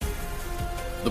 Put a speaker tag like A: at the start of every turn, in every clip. A: The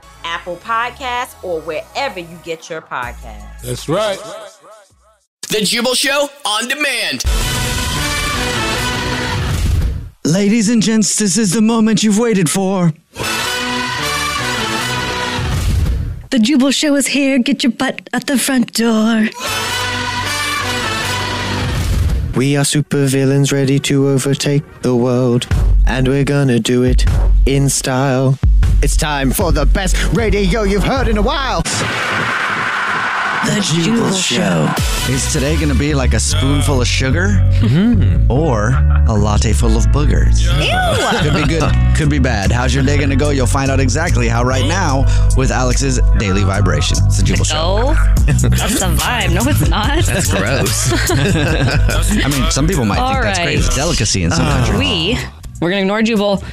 B: Apple Podcasts, or wherever you get your podcasts.
C: That's right.
D: The Jubal Show on demand.
E: Ladies and gents, this is the moment you've waited for.
F: The Jubal Show is here. Get your butt at the front door.
E: We are supervillains ready to overtake the world, and we're gonna do it in style. It's time for the best radio you've heard in a while. The Jubal Show. Is today gonna be like a spoonful of sugar,
D: Mm-hmm.
E: or a latte full of boogers? Could be good, could be bad. How's your day gonna go? You'll find out exactly how right now with Alex's daily vibration. It's the Jubal Show.
F: Oh, that's a vibe. No, it's not.
D: That's gross.
E: I mean, some people might
F: All
E: think that's great.
F: right. Uh,
E: It's delicacy in some countries.
F: we we're gonna ignore Jubal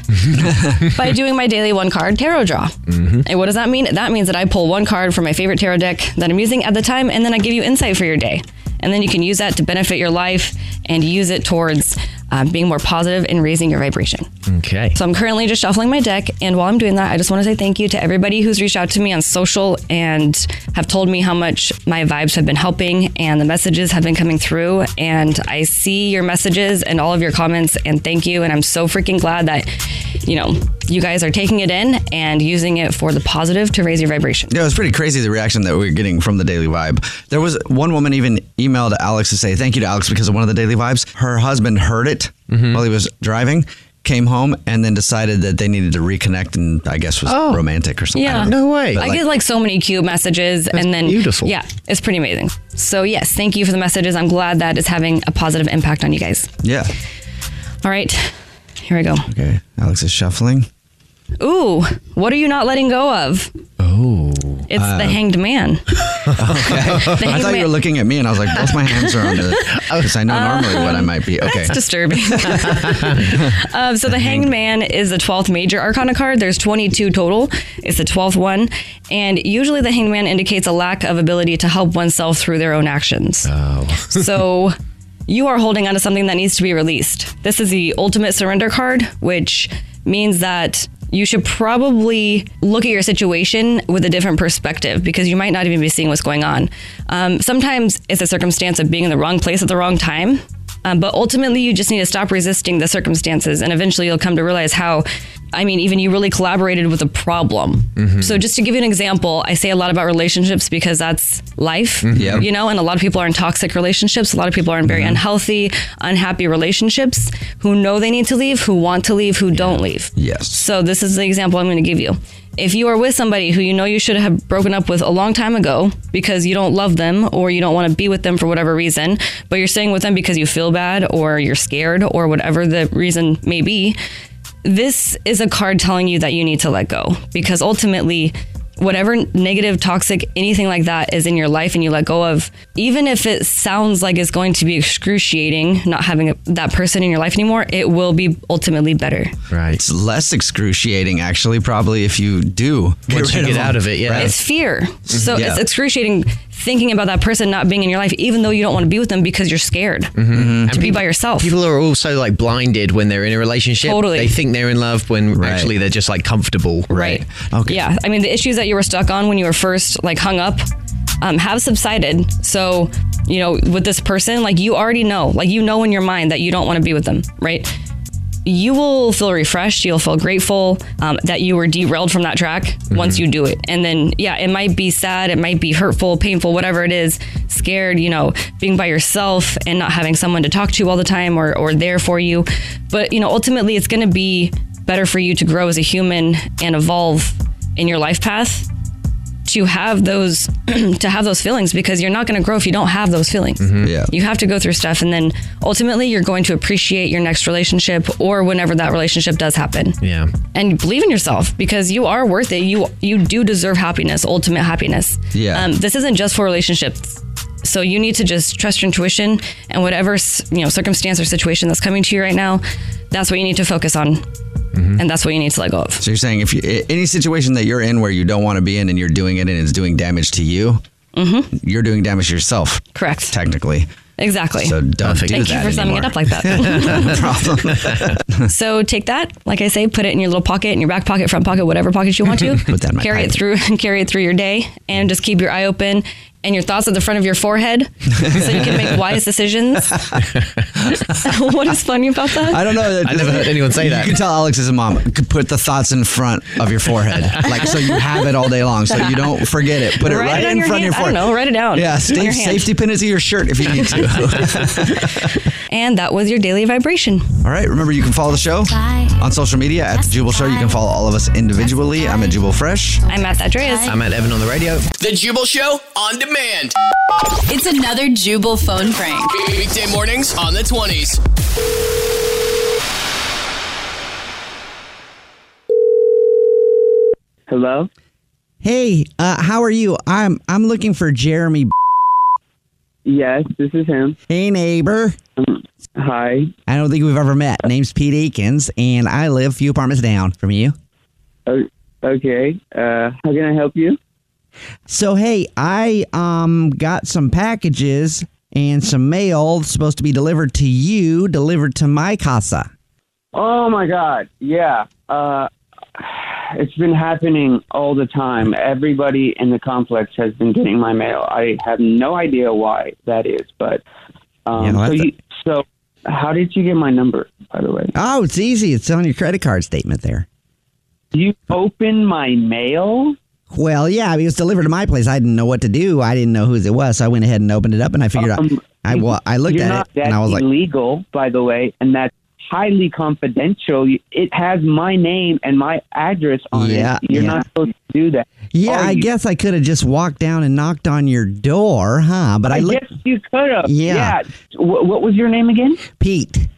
F: by doing my daily one card tarot draw.
E: Mm-hmm.
F: And what does that mean? That means that I pull one card from my favorite tarot deck that I'm using at the time, and then I give you insight for your day. And then you can use that to benefit your life and use it towards um, being more positive and raising your vibration.
D: Okay.
F: So I'm currently just shuffling my deck, and while I'm doing that, I just want to say thank you to everybody who's reached out to me on social and have told me how much my vibes have been helping and the messages have been coming through. And I see your messages and all of your comments, and thank you. And I'm so freaking glad that you know you guys are taking it in and using it for the positive to raise your vibration.
E: Yeah, it was pretty crazy the reaction that we were getting from the Daily Vibe. There was one woman even emailed Alex to say thank you to Alex because of one of the Daily Vibes. Her husband heard it
D: Mm-hmm.
E: while he was driving, came home, and then decided that they needed to reconnect and I guess was
D: Oh.
E: romantic or something. I
F: Yeah.
E: don't know.
D: No way.
E: But,
F: I get like so many cute messages and then
D: beautiful.
F: Yeah, it's pretty amazing. So yes, thank you for the messages. I'm glad that is having a positive impact on you guys.
E: yeah.
F: All right. Here I go.
E: Okay. Alex is shuffling.
F: Ooh, what are you not letting go of?
D: Oh.
F: It's the hanged man. the
E: Uh, I
F: hanged
E: thought you
F: man.
E: were looking at me and I was like, both my hands are on the because I know normally what I might be. Okay.
F: That's disturbing. um, so the hanged man is the 12th major arcana card. There's 22 total. It's the 12th one. And usually the hanged man indicates a lack of ability to help oneself through their own actions. so you are holding on to something that needs to be released. This is the ultimate surrender card, which means that you should probably look at your situation with a different perspective because you might not even be seeing what's going on. Um, sometimes it's a circumstance of being in the wrong place at the wrong time. Um, but ultimately, you just need to stop resisting the circumstances, and eventually, you'll come to realize how. I mean, even you really collaborated with a problem.
E: Mm-hmm.
F: So, just to give you an example, I say a lot about relationships because that's life,
E: Yep.
F: you know, and a lot of people are in toxic relationships. A lot of people are in very unhealthy, unhappy relationships who know they need to leave, who want to leave, who don't leave.
E: Yes.
F: So, this is the example I'm going to give you. If you are with somebody who you know you should have broken up with a long time ago because you don't love them or you don't want to be with them for whatever reason, but you're staying with them because you feel bad or you're scared or whatever the reason may be, this is a card telling you that you need to let go because ultimately whatever negative, toxic, anything like that is in your life and you let go of, even if it sounds like it's going to be excruciating not having a, that person in your life anymore, it will be ultimately better.
G: Right.
E: It's less excruciating, actually, probably if you do
G: Get
E: what you
G: rid of
E: get
G: them.
E: out of it. Yeah.
F: It's fear. So
E: Mm-hmm. Yeah.
F: it's excruciating thinking about that person not being in your life, even though you don't want to be with them because you're scared to be by yourself.
G: Mm-hmm. People are also like blinded when they're in a relationship.
F: Totally.
G: They think they're in love when actually they're just like comfortable. Right.
E: Okay.
F: Yeah, I mean the issues that you were stuck on when you were first like hung up um, have subsided. So you know, with this person, like you already know, like you know in your mind that you don't want to be with them, right? You will feel refreshed. You'll feel grateful um, that you were derailed from that track once you do it. And then, yeah, it might be sad, it might be hurtful, painful, whatever it is, scared, you know, being by yourself and not having someone to talk to all the time or, or there for you. But, you know, ultimately, it's going to be better for you to grow as a human and evolve in your life path to have those to have those feelings because you're not going to grow if you don't have those feelings.
E: Mm-hmm. Yeah.
F: You have to go through stuff and then ultimately you're going to appreciate your next relationship or whenever that relationship does happen.
G: Yeah.
F: And believe in yourself because you are worth it. You you do deserve happiness, ultimate happiness.
E: Yeah.
F: Um, this isn't just for relationships. So you need to just trust your intuition and whatever s- you know circumstance or situation that's coming to you right now, that's what you need to focus on,
G: Mm-hmm.
F: and that's what you need to let go of.
E: So you're saying if you, i- any situation that you're in where you don't want to be in and you're doing it and it's doing damage to you, you're doing damage to yourself.
F: Mm-hmm. Correct.
E: Technically.
F: Exactly.
E: So don't do
F: Thank
E: that
F: you for summing it
E: anymore.
F: up like that.
E: No problem.
F: so take that, like I say, put it in your little pocket, in your back pocket, front pocket, whatever pocket you want to.
E: Put that in my
F: carry
E: pipe.
F: it through and carry it through your day, and just keep your eye open and your thoughts at the front of your forehead, so you can make wise decisions. what is funny about that?
E: I don't know.
G: I never heard anyone say that.
E: You can tell Alex is a mom. Could Put the thoughts in front of your forehead, like so you have it all day long, so you don't forget it. Put it
F: Write
E: right
F: it on
E: in
F: your
E: front
F: hand.
E: of your
F: I don't
E: forehead.
F: know. Write it down
E: Yeah,
F: on
E: sta-
F: your hand.
E: safety pin it to your shirt if you need to.
F: And that was your daily vibration.
E: all right. Remember, you can follow the show on social media at the Jubal Show. You can follow all of us individually. I'm at Jubal Fresh.
F: I'm Matt Andreas.
G: I'm at Evan on the radio.
D: The Jubal Show on demand.
H: It's another Jubal phone prank.
D: Weekday mornings on the 20s.
I: Hello.
E: Hey, uh, how are you? I'm I'm looking for Jeremy.
I: Yes, this is him.
E: Hey, neighbor.
I: Mm, Hi.
E: I don't think we've ever met. Name's Pete Akins, and I live a few apartments down from you.
I: O- okay. Uh, how can I help you?
E: So hey, I um got some packages and some mail supposed to be delivered to you, delivered to my casa.
I: Oh my God. Yeah. Uh, it's been happening all the time. Everybody in the complex has been getting my mail. I have no idea why that is, but um,
E: Yeah, well,
I: so,
E: that's
I: you, so how did you get my number? By the way,
E: Oh, it's easy. It's on your credit card statement there.
I: you open my mail.
E: Well, yeah, I mean, it was delivered to my place. I didn't know what to do. I didn't know whose it was, so I went ahead and opened it up, and I figured out.
I: Um,
E: I wa- I looked
I: You're
E: at
I: not,
E: it and
I: that's
E: I was like,
I: illegal, by the way, and that's highly confidential. You- It has my name and my address on
E: Yeah,
I: it. You're
E: yeah.
I: not supposed to do that.
E: Yeah,
I: Are
E: I
I: you-
E: guess I could have just walked down and knocked on your door, huh? But I,
I: I
E: looked,
I: guess you could have.
E: Yeah.
I: Wh- what was your name again?
E: Pete,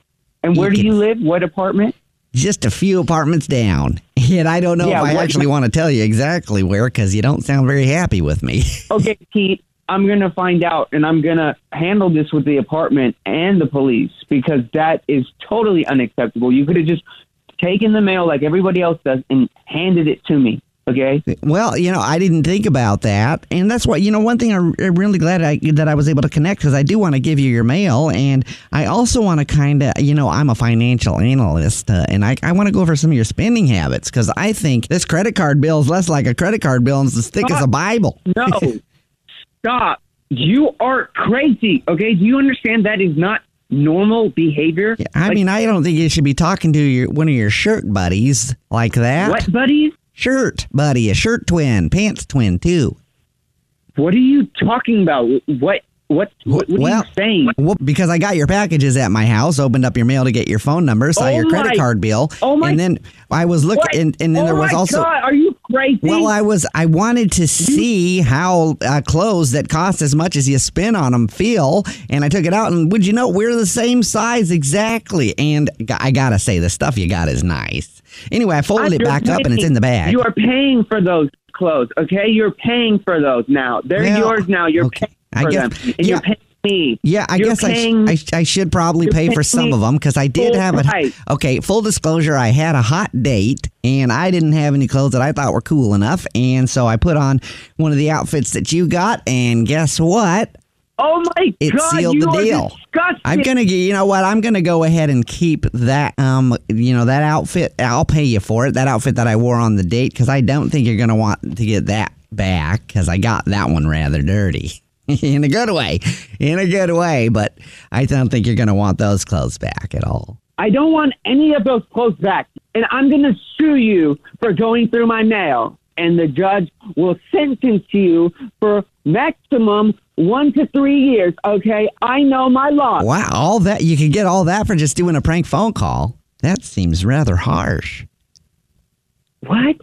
I: And where do
E: Eakins.
I: you live? What apartment?
E: just a few apartments down. And I don't know
I: Yeah,
E: if I
I: what-
E: actually want to tell you exactly where because you don't sound very happy with me.
I: Okay, Pete. I'm gonna find out, and I'm gonna handle this with the apartment and the police because that is totally unacceptable. You could have just taken the mail like everybody else does and handed it to me. Okay.
E: Well, you know, I didn't think about that, and that's why you know one thing I, I'm really glad I, that I was able to connect because I do want to give you your mail, and I also want to kind of you know I'm a financial analyst, uh, and I, I want to go over some of your spending habits because I think this credit card bill is less like a credit card bill and it's as thick as a Bible.
I: No. Stop. You are crazy. Okay. Do you understand that is not normal behavior?
E: I
I: Like,
E: mean, I don't think you should be talking to your one of your shirt buddies like that.
I: what, buddies?
E: Shirt buddy, a shirt twin, pants twin too.
I: What are you talking about? What? What? What, what
E: Well,
I: are you saying?
E: Well, because I got your packages at my house, opened up your mail to get your phone number, saw
I: Oh
E: your credit
I: my-
E: card bill,
I: oh my-
E: and then I was looking,
I: What?
E: and, and then
I: oh
E: there was
I: my
E: also.
I: God, are you crazy?
E: Well, I was. I wanted to see how uh, clothes that cost as much as you spend on them feel, and I took it out, and would you know we're the same size exactly? And g- I gotta say, the stuff you got is nice. Anyway, I folded it
I: You're
E: back up, and it's
I: paying-
E: in the bag.
I: You are paying for those clothes. Okay, you're paying for those now. They're
E: Well,
I: yours now. You're paying
E: I
I: for
E: guess-
I: them, and you're
E: yeah.
I: paying me.
E: Yeah, I
I: You're
E: guess I, sh-
I: paying-
E: I, sh- I should probably
I: you're
E: pay for
I: paying
E: some of them because I did
I: full
E: have a
I: price.
E: okay. Full disclosure, I had a hot date and I didn't have any clothes that I thought were cool enough, and so I put on one of the outfits that you got, and guess what?
I: Oh my
E: it
I: God,
E: sealed
I: you
E: the
I: are
E: deal.
I: disgusting.
E: I'm gonna get. You know what? I'm gonna go ahead and keep that. Um, you know that outfit. I'll pay you for it. That outfit that I wore on the date because I don't think you're gonna want to get that back because I got that one rather dirty. In a good way, in a good way, but I don't think you're going to want those clothes back at all.
I: I don't want any of those clothes back, and I'm going to sue you for going through my mail. And the judge will sentence you for maximum one to three years. Okay, I know my law.
E: Wow, all that you could get all that for just doing a prank phone call. That seems rather harsh.
I: What?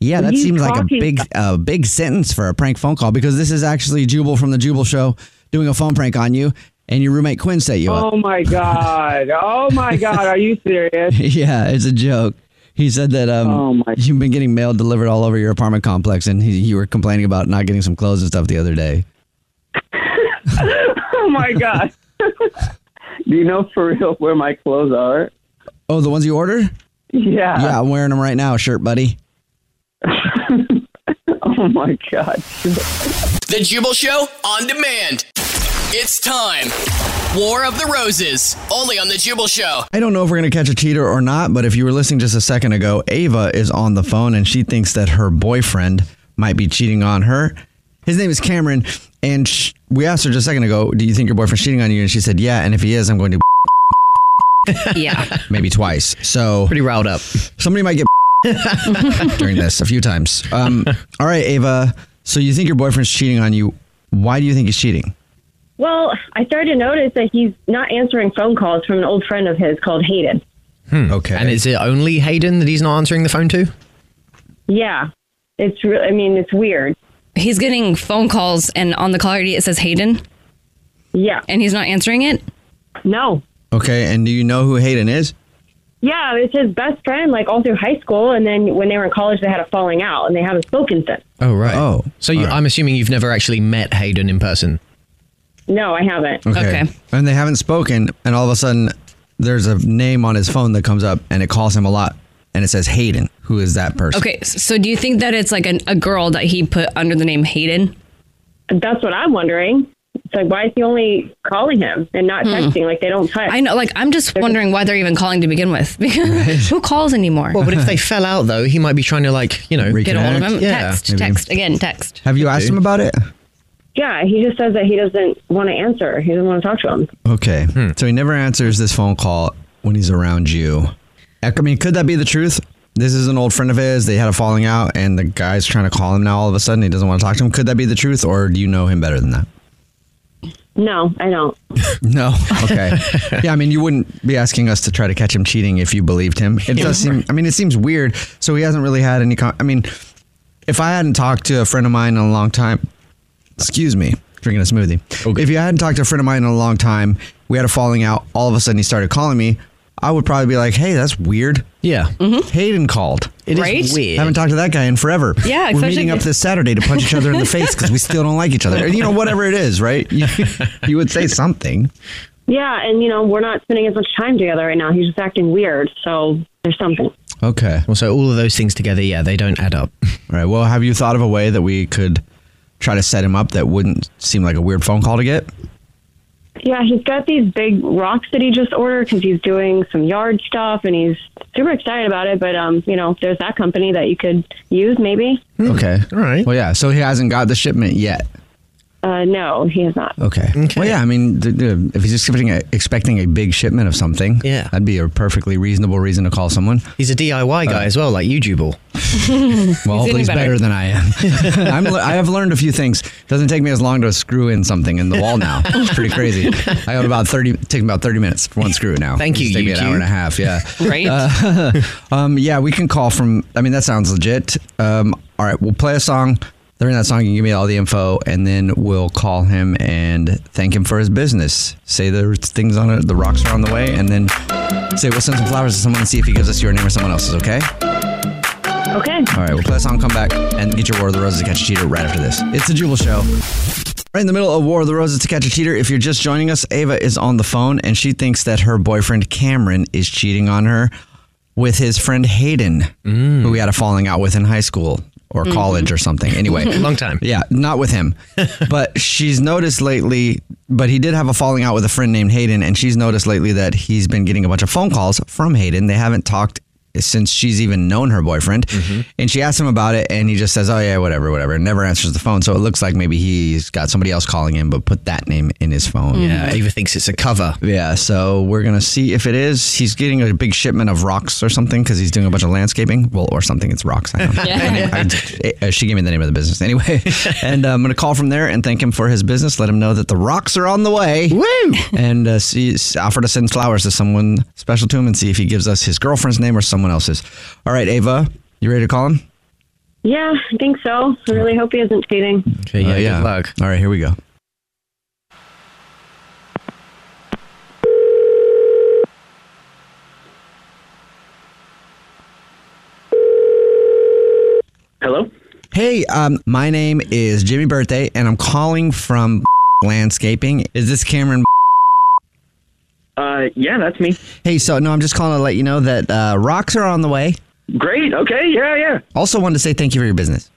E: Yeah,
I: What
E: that
I: are you
E: seems like a
I: talking
E: big a big sentence for a prank phone call because this is actually Jubal from the Jubal Show doing a phone prank on you, and your roommate Quinn set you up.
I: Oh my god! Oh my god! Are you serious? Oh
E: yeah, it's a joke. He said that um, you've been getting mail delivered all over your apartment complex, and he, you were complaining about not getting some clothes and stuff the other day.
I: oh my god! Do you know for real where my clothes are?
E: Oh, the ones you ordered?
I: Yeah.
E: Yeah, I'm wearing them right now, shirt buddy.
I: oh my god!
D: The Jubal Show on demand. It's time. War of the Roses, only on The Jubal Show.
E: I don't know if we're going to catch a cheater or not, but if you were listening just a second ago, Ava is on the phone and she thinks that her boyfriend might be cheating on her. His name is Cameron. And sh- we asked her just a second ago, Do you think your boyfriend's cheating on you? And she said, Yeah. And if he is, I'm going to
F: yeah.
E: maybe twice. So pretty riled up. Somebody might get during this a few times. Um, all right, Ava. So you think your boyfriend's cheating on you. Why do you think he's cheating?
J: Well, I started to notice that he's not answering phone calls from an old friend of his called Hayden.
E: Okay.
G: Hmm. And is it only Hayden that he's not answering the phone to?
J: Yeah, it's real. I mean, it's weird.
F: He's getting phone calls, and on the call ID it says Hayden.
J: Yeah.
F: And he's not answering it?
J: No.
E: Okay. And do you know who Hayden is?
J: Yeah, it's his best friend, like all through high school, and then when they were in college, they had a falling out, and they haven't spoken since.
G: Oh, right.
E: Oh.
G: So you, I'm assuming you've never actually met Hayden in person.
J: No, I haven't.
E: And they haven't spoken, and all of a sudden, there's a name on his phone that comes up, and it calls him a lot, and it says Hayden. Who is that person?
F: Okay, s- so do you think that it's like an, a girl that he put under the name Hayden?
J: That's what I'm wondering. It's like, why is he only calling him and not
F: Hmm.
J: texting? Like they don't text.
F: I know, like, I'm just wondering why they're even calling to begin with. Because who calls anymore?
G: Well, but if they fell out, though, he might be trying to, like, you know,
F: Get a hold of him.
G: Yeah.
F: text, text, again, text.
E: Have you asked him about it?
J: Yeah, he just says that he doesn't want to answer. He doesn't want to talk to him.
E: Okay. So he never answers this phone call when he's around you. I mean, could that be the truth? This is an old friend of his. They had a falling out, and the guy's trying to call him now. All of a sudden, he doesn't want to talk to him. Could that be the truth, or do you know him better than that?
J: No, I don't.
E: No.
F: Oh,
E: Okay. yeah, I mean, you wouldn't be asking us to try to catch him cheating if you believed him. It does seem. I mean, it seems weird. So he hasn't really had any. Con- I mean, if I hadn't talked to a friend of mine in a long time, excuse me, drinking a smoothie. If you hadn't talked to a friend of mine in a long time, we had a falling out. All of a sudden, he started calling me. I would probably be like, "Hey, that's weird."
G: Yeah.
E: Hayden called.
G: Mm-hmm. It is Right? weird.
E: haven't talked to that guy in forever.
G: Yeah,
E: We're
G: especially
E: meeting up
G: if-
E: this Saturday to punch each other in the face because we still don't like each other. You know, whatever it is, right? You, you would say something.
J: Yeah, and you know, we're not spending as much time together right now. He's just acting weird, so there's something.
E: Okay.
G: Well, so all of those things together, yeah, they don't add up.
E: All right. Well, have you thought of a way that we could try to set him up that wouldn't seem like a weird phone call to get?
J: Yeah, he's got these big rocks that he just ordered because he's doing some yard stuff and he's super excited about it. But um, you know, there's that company that you could use maybe.
G: Hmm.
E: Okay. All right. Well, yeah. So he hasn't got the shipment yet.
J: Uh, no, he has not.
E: Okay. Well, yeah. I mean, th- th- if he's expecting a, expecting a big shipment of something, yeah, that'd be a perfectly reasonable reason to call someone. Uh,
G: He's a DIY guy as well, like you, Jubal.
E: Well, hopefully he's better. than I am. I'm, le- I have learned a few things. Doesn't take me as long to screw in something in the wall now. It's pretty crazy. I got about thirty. Take about thirty minutes for one screw now.
G: Thank you,
E: It's Take me an
G: YouTube.
E: hour and a half. Yeah.
G: Right?
E: Uh, um, yeah, we can call from. I mean, that sounds legit. Um, all right, we'll play a song. During that song, you can give me all the info, and then we'll call him and thank him for his business. Say the things on it, the rocks are on the way, and then say we'll send some flowers to someone and see if he gives us your name or someone else's. Okay.
J: Okay.
E: All right, we'll play a song, come back, and get your War of the Roses to catch a cheater right after this. It's the Jubal Show. Right in the middle of War of the Roses to catch a cheater. If you're just joining us, Ava is on the phone and she thinks that her boyfriend Cameron is cheating on her with his friend Hayden, who we had a falling out with in high school or
K: Mhm.
E: college or something. Anyway,
K: Long
E: time. Yeah, not with him. but she's noticed lately, but he did have a falling out with a friend named Hayden, and she's noticed lately that he's been getting a bunch of phone calls from Hayden. They haven't talked since she's even known her boyfriend.
L: Mm.
E: And she asked him about it, and he just says, Oh, yeah, whatever, whatever. and Never answers the phone. So it looks like maybe he's got somebody else calling him, but put that name in his phone.
K: Yeah, Mhm.
E: Ava thinks it's a cover. Yeah, so we're going to see if it is. He's getting a big shipment of rocks or something because he's doing a bunch of landscaping. Well, or something. It's rocks. I don't know. I- uh, she gave me the name of the business anyway. and uh, I'm going to call from there and thank him for his business. Let him know that the rocks are on the way. Woo! And uh, see, s- offer to send flowers to someone special to him and see if he gives us his girlfriend's name or someone else's. All right, Ava, you ready to call him?
J: Yeah, I think so. I really hope he isn't cheating.
E: Okay, yeah, Uh, yeah. Good luck. All right, here we go.
I: Hello.
E: Hey, um, my name is Jimmy Birthday, and I'm calling from landscaping. Is this Cameron?
I: Uh, yeah, that's me.
E: Hey, so no, I'm just calling to let you know that uh, rocks are on the way.
I: Great. Okay. Yeah. Yeah.
E: Also, wanted to say thank you for your business.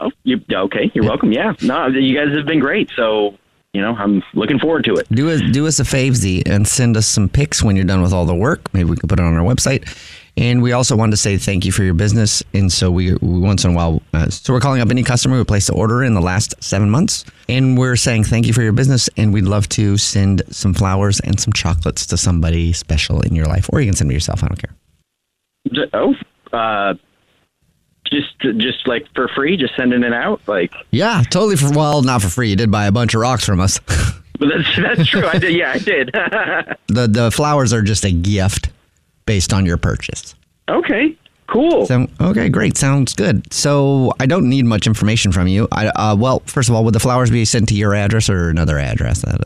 I: Oh, you okay? You're welcome. Yeah. No, you guys have been great. So you know, I'm looking forward to it.
E: Do us do us a favesy and send us some pics when you're done with all the work. Maybe we can put it on our website. And we also wanted to say thank you for your business. And so we, we once in a while, uh, so we're calling up any customer who placed an order in the last seven months, and we're saying thank you for your business. And we'd love to send some flowers and some chocolates to somebody special in your life, or you can send them yourself. I don't care.
I: J- Oh, uh, just just like for free, just sending it out. Like
E: Yeah, totally. For well, not for free. You did buy a bunch of rocks from us.
I: but that's that's true. I did. Yeah, I did.
E: the the flowers are just a gift based on your purchase.
I: okay. Cool.
E: So, okay, great. Sounds good. So I don't need much information from you. I, uh, well, first of all, would the flowers be sent to your address or another address? That-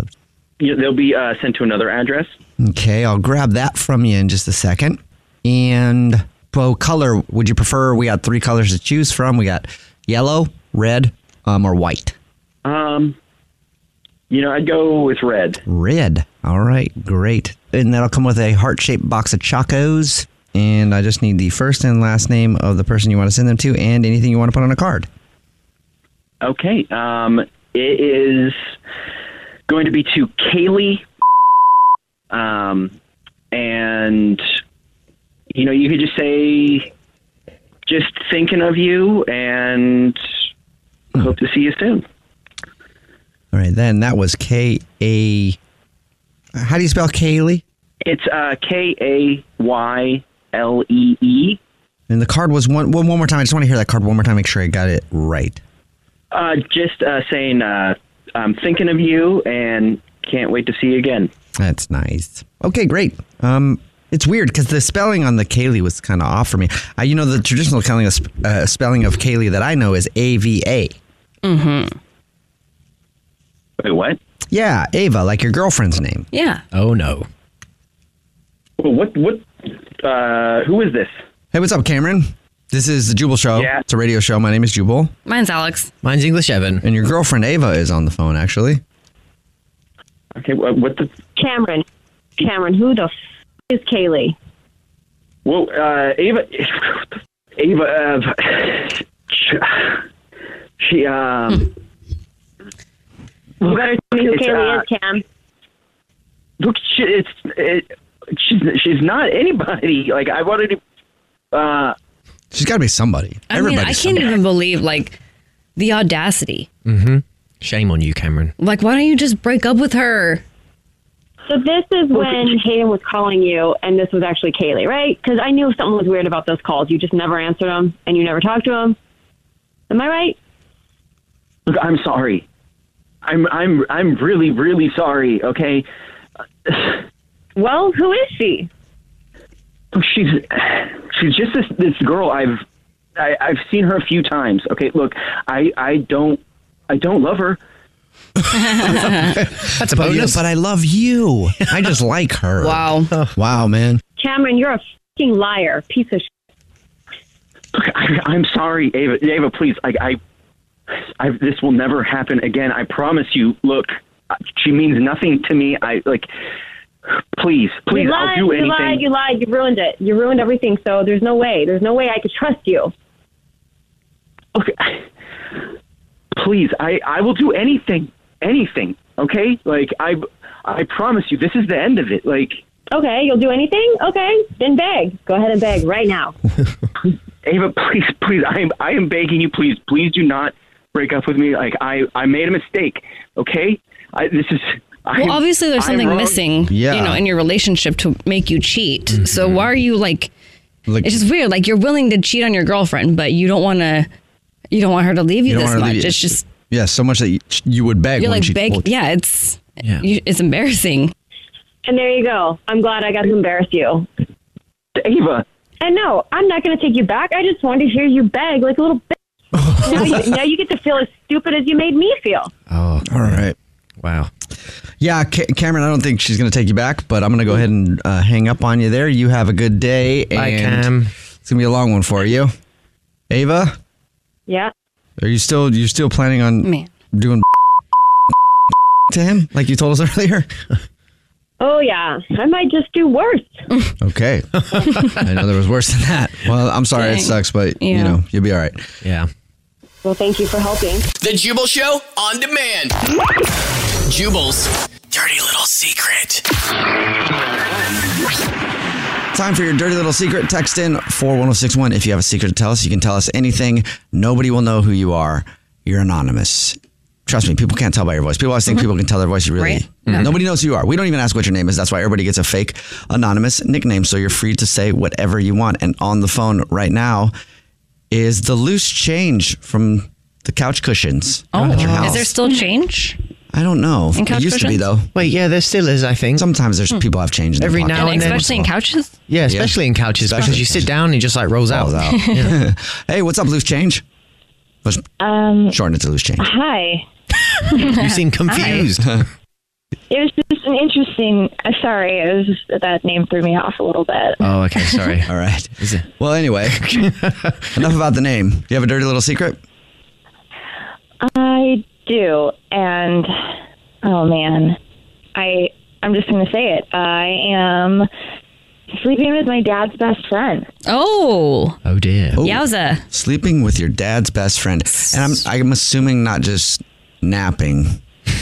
I: Yeah, they'll be uh, sent to another address.
E: Okay, I'll grab that from you in just a second. And well, color would you prefer? We got three colors to choose from. We got yellow, red, um, or white.
I: Um, you know, I'd go with red.
E: Red. All right, great. And that'll come with a heart shaped box of Chacos. And I just need the first and last name of the person you want to send them to and anything you want to put on a card.
I: Okay. Um, it is going to be to Kaylee. Um, and you know, you could just say, just thinking of you, and hope to see you soon.
E: All right, then that was K A. How do you spell Kaylee?
I: It's uh, K A Y L E E.
E: And the card was one, one. One more time. I just want to hear that card one more time. Make sure I got it right.
I: Uh, just uh, saying, uh, I'm thinking of you, and can't wait to see you again.
E: That's nice. Okay, great. Um, it's weird because the spelling on the Kaylee was kind of off for me. Uh, you know, the traditional spelling of, sp- uh, spelling of Kaylee that I know is A V A.
F: Mm-hmm.
I: Wait, what?
E: Yeah, Ava, like your girlfriend's name.
F: Yeah.
E: Oh no.
I: Well, what what? Uh, who is this?
E: Hey, what's up, Cameron? This is the Jubal Show. Yeah. It's a radio show. My name is Jubal.
F: Mine's Alex.
E: Mine's English Evan. And your girlfriend Ava is on the phone, actually.
I: Okay, what, what the?
J: Cameron. Cameron, who the f- is Kaylee?
I: Well, uh, Ava, Ava, uh, she,
F: Hmm.
I: um,
J: You better tell me who
I: It's,
J: Kaylee
I: uh,
J: is, Cam.
I: look, she, it's, it, she's, she's not anybody. Like, I wanted to, uh,
E: She's got to be somebody.
F: I mean, I can't even believe like the audacity.
E: Mm-hmm. Shame on you, Cameron.
F: Like, why don't you just break up with her?
J: So this is when Hayden was calling you, and this was actually Kaylee, right? Because I knew something was weird about those calls. You just never answered them, and you never talked to him. Am I right?
I: look, I'm sorry. I'm, I'm, I'm really, really sorry. Okay.
J: Well, who is she?
I: Look, she's, she's just this, this girl I've, I, I've seen her a few times. Okay. Look, I, I don't, I don't love her.
E: That's a but,
I: bonus.
E: but I love you. I just like her. Wow. Wow, man.
J: Cameron, you're a fucking liar, piece of. Sh-
I: I, I'm sorry, Ava. Ava, please. I, I, I, this will never happen again. I promise you. Look, uh, she means nothing to me. I like. Please, please,
J: you
I: I'll
J: lied,
I: do
J: you
I: anything.
J: lied, you lied, you ruined it. You ruined everything, so there's no way. There's no way I could trust you.
I: please i i will do anything anything okay like i i promise you this is the end of it like
J: Okay, you'll do anything? Okay, then beg. Go ahead and beg right now.
I: ava please please i am i am begging you please please do not break up with me like i i made a mistake okay i this is I am-
F: well, obviously there's
I: I am
F: something
I: wrong.
F: missing, you know, in your relationship to make you cheat. So why are you like?
E: Mm-hmm. Like-
F: it's just weird. Like you're willing to cheat on your girlfriend, but you don't want to. You don't want her to leave you,
E: don't
F: this
E: wanna
F: much.
E: leave-
F: It's just
E: yeah, so much that you, you would beg.
F: you're
E: when she
F: like big.
E: told you.
F: Yeah, it's
E: Yeah.
F: you, it's embarrassing.
J: And there you go. I'm glad I got to embarrass you.
I: Ava.
J: And no, I'm not going to take you back. I just wanted to hear you beg like a little bitch. now, you, now you get to feel as stupid as you made me feel.
E: Oh, all right. Wow. Yeah, Ca- Cameron, I don't think she's going to take you back, but I'm going to go ahead and uh, hang up on you there. You have a good day.
G: Bye,
E: and
G: Cam.
E: It's going to be a long one for you. Ava,
J: Yeah.
E: are you still you still planning on doing to him like you told us earlier?
J: Oh, yeah. I might just do worse.
E: Okay. I know there was worse than that. Well, I'm sorry
M: Dang.
E: it sucks, but
M: Yeah.
E: you know, you'll be all right. Yeah.
J: Well, thank you for helping.
D: The Jubal Show on demand. Jubal's dirty little secret.
E: Time for your dirty little secret. Text in 41061 if you have a secret to tell us. You can tell us anything. Nobody will know who you are. You're anonymous. Trust me, people can't tell by your voice. People always think people can tell their voice. You really
G: Right.
F: Mm-hmm.
G: Yeah.
E: nobody knows who you are. We don't even ask what your name is. That's why everybody gets a fake anonymous nickname. So you're free to say whatever you want. And on the phone right now is the loose change from the couch cushions.
F: Oh,
E: at your
F: is
E: house.
F: there still change?
E: I don't know.
F: In couch
E: it used to be
F: cushions? Hmm.
E: though.
G: Wait, yeah, there still is. I think
E: sometimes there's people have change in their
G: every
E: pocket.
G: now and, then.
F: especially in couches.
G: yeah, especially in couches because you sit down and it just like rolls out. Yeah.
E: hey, what's up, loose change? Let's
J: Um,
E: shorten it to loose change.
N: Hi.
G: You seem confused.
N: It was just an interesting. Uh, sorry, it was just, that name threw me off a little bit.
E: Oh, okay. Sorry. All right. Well, anyway, enough about the name. You have a dirty little secret?
N: I do, and oh man, I I'm just gonna say it. I am sleeping with my dad's best friend.
F: Oh.
E: Oh, dear.
F: Yowza.
E: Sleeping with your dad's best friend. And I'm, I'm assuming not just napping,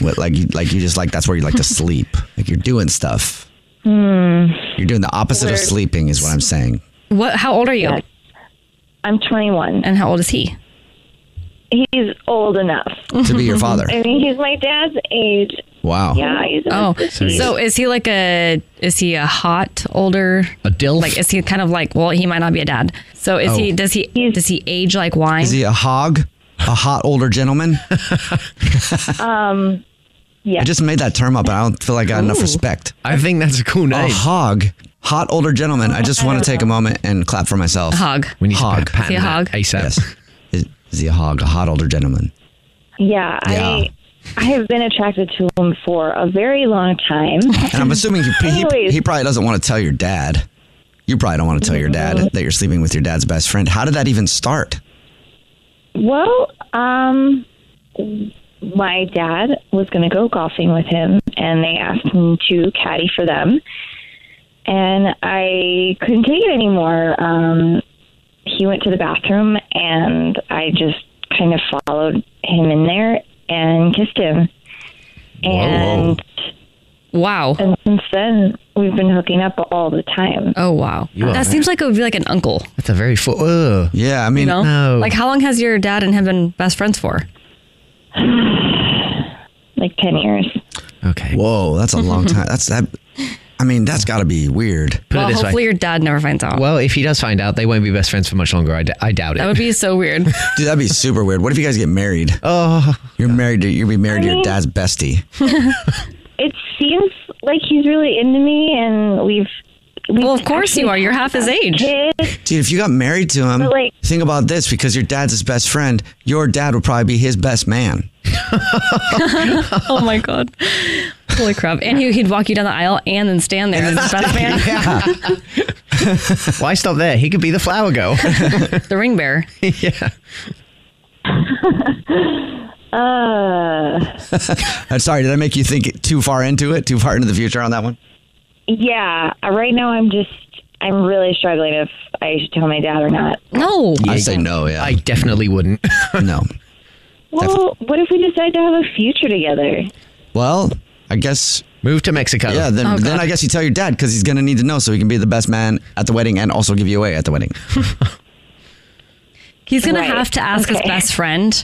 E: but like you, like you just like, that's where you like to sleep. Like you're doing stuff.
N: Hmm.
E: You're doing the opposite of
N: Weird.
E: sleeping, is what I'm saying.
F: What? How old are you?
N: I'm 21.
F: And how old is he?
N: He's old enough
E: To be your father.
N: I mean, he's my dad's age.
E: Wow.
N: Yeah, he's in
F: Oh,
N: his fifties.
F: so is he like a is he a hot older
E: a dilf?
F: Like is he kind of like well he might not be a dad. So is
E: Oh.
F: he does he does he age like wine?
E: Is he a hog? A hot older gentleman?
N: um, yeah.
E: I just made that term up, and I don't feel like I got enough
N: Ooh.
E: respect.
G: I think that's a cool name.
E: A hog, hot older gentleman. I just want to take a moment and clap for myself.
F: A hog.
E: We need hog.
G: to pat- Is he a patent that
E: ASAP. Yes. Is, is he a hog? A hot older gentleman.
N: Yeah, I I have been attracted to him for a very long time.
E: And I'm assuming he, he, he probably doesn't want to tell your dad. You probably don't want to tell your dad that you're sleeping with your dad's best friend. How did that even start?
N: Well, um, my dad was going to go golfing with him, and they asked me to caddy for them, and I couldn't take it anymore. Um, he went to the bathroom, and I just kind of followed him in there and kissed him. And
F: wow!
N: And since then, we've been hooking up all the time.
F: Oh wow!
G: You are-
F: that seems like it would be like an uncle.
G: That's a very full. Ugh.
E: Yeah, I
F: You
G: mean,
F: know?
E: Oh.
F: Like how long has your dad and him been best friends for?
N: like ten years.
E: Okay. Whoa, that's a long time. That's that. I mean, that's got to be weird.
F: well, hopefully your dad never finds out.
G: Well, if he does find out, they won't be best friends for much longer. I, d- I doubt it.
F: that would be so weird.
E: Dude, that'd be super weird. What if you guys get married? Oh, you're married. To, you'll be married to your dad's bestie.
N: it seems like he's really into me, and we've. we've well, of
F: course you are. You're half his age.
E: Dude, if you got married to him,
N: But, like-
E: think about this because your dad's his best friend. Your dad would probably be his best man.
F: oh my god! Holy crap! And he, he'd walk you down the aisle and then stand there as his best man.
G: Why stop there? He could be the flower girl. the
F: ring bearer.
G: yeah.
O: Uh,
E: I'm sorry, did I make you think it too far into it, too far into the future on that one?
O: yeah. Right now, I'm just, I'm really struggling if I should tell my dad or not.
F: No.
G: I say no, yeah. I definitely wouldn't.
E: no.
O: Well, what if we decide to have a future together?
E: Well, I guess
G: move to Mexico.
E: Yeah, then
O: Oh,
E: then
O: God.
E: I guess you tell your dad because he's gonna need to know so he can be the best man at the wedding and also give you away at the wedding.
F: He's gonna
O: Right.
F: have to ask his
O: Okay.
F: best friend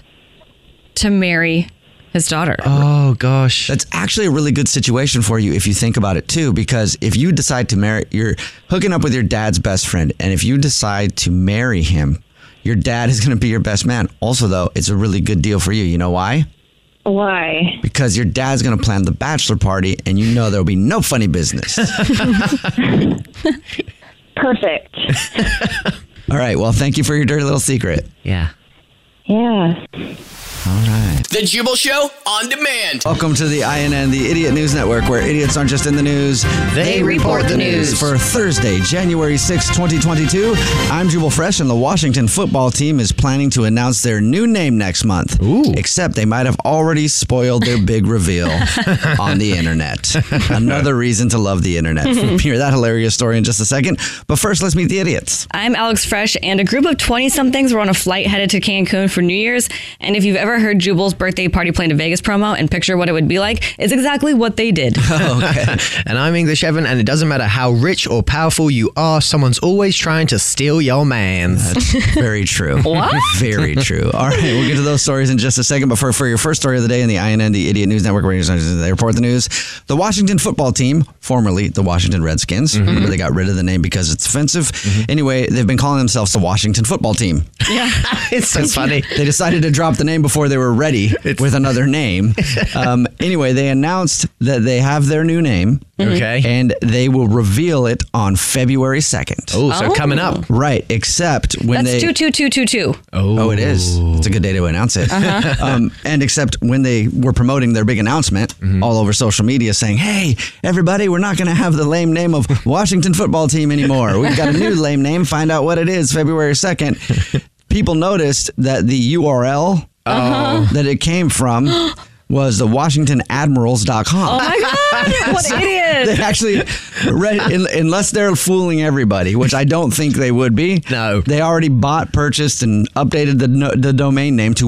F: to marry his daughter.
E: Oh gosh, that's actually a really good situation for you if you think about it too. Because if you decide to marry, you're hooking up with your dad's best friend, and if you decide to marry him, your dad is going to be your best man. Also, though, it's a really good deal for you. You know why?
O: Why?
E: Because your dad's going to plan the bachelor party, and you know there'll be no funny business.
O: Perfect.
E: All right. Well, thank you for your dirty little secret.
G: Yeah.
O: Yeah.
E: All right.
D: The Jubal Show on demand.
E: Welcome to the INN, the Idiot News Network, where idiots aren't just in the news,
D: They report the news.
E: For Thursday, January sixth, 2022, I'm Jubal Fresh, and the Washington football team is planning to announce their new name next month. Ooh. Except they might have already spoiled their big reveal on the internet. Another reason to love the internet. We'll hear that hilarious story in just a second. But first, let's meet the idiots.
F: I'm Alex Fresh, and a group of 20 somethings were on a flight headed to Cancun for New Year's. And if you've ever heard Jubal's birthday party plane to Vegas promo and picture what it would be like, it's exactly what they did.
G: and I'm English Evan, and it doesn't matter how rich or powerful you are, someone's always trying to steal your man's.
E: That's very true.
G: What?
E: Very true. All right, we'll get to those stories in just a second. But for, for your first story of the day in the INN, the Idiot News Network, where they report the news, the Washington football team, formerly the Washington Redskins,
G: Mm-hmm.
E: remember they got rid of the name because it's offensive. Anyway, they've been calling themselves the Washington football team.
F: Yeah.
G: it's so funny.
E: They decided to drop the name before they were ready with another name. Um, anyway, they announced that they have their new name.
G: Mhm. Okay.
E: And they will reveal it on February 2nd.
G: Oh, so coming up.
E: Right, except when
F: That's
E: they.
F: 22222.
E: Oh. it is. It's a good day to announce it.
F: Uh-huh.
E: Um, and except when they were promoting their big announcement all over social media saying, hey, everybody, we're not going to have the lame name of Washington football team anymore. We've got a new lame name. Find out what it is February 2nd. People noticed that the URL
F: Uh-huh.
E: that it came from was the WashingtonAdmirals.com.
F: Oh my God, what idiots.
E: They actually, read, un- unless they're fooling everybody, which I don't think they would be. No, they already bought, purchased, and updated the no- the domain name to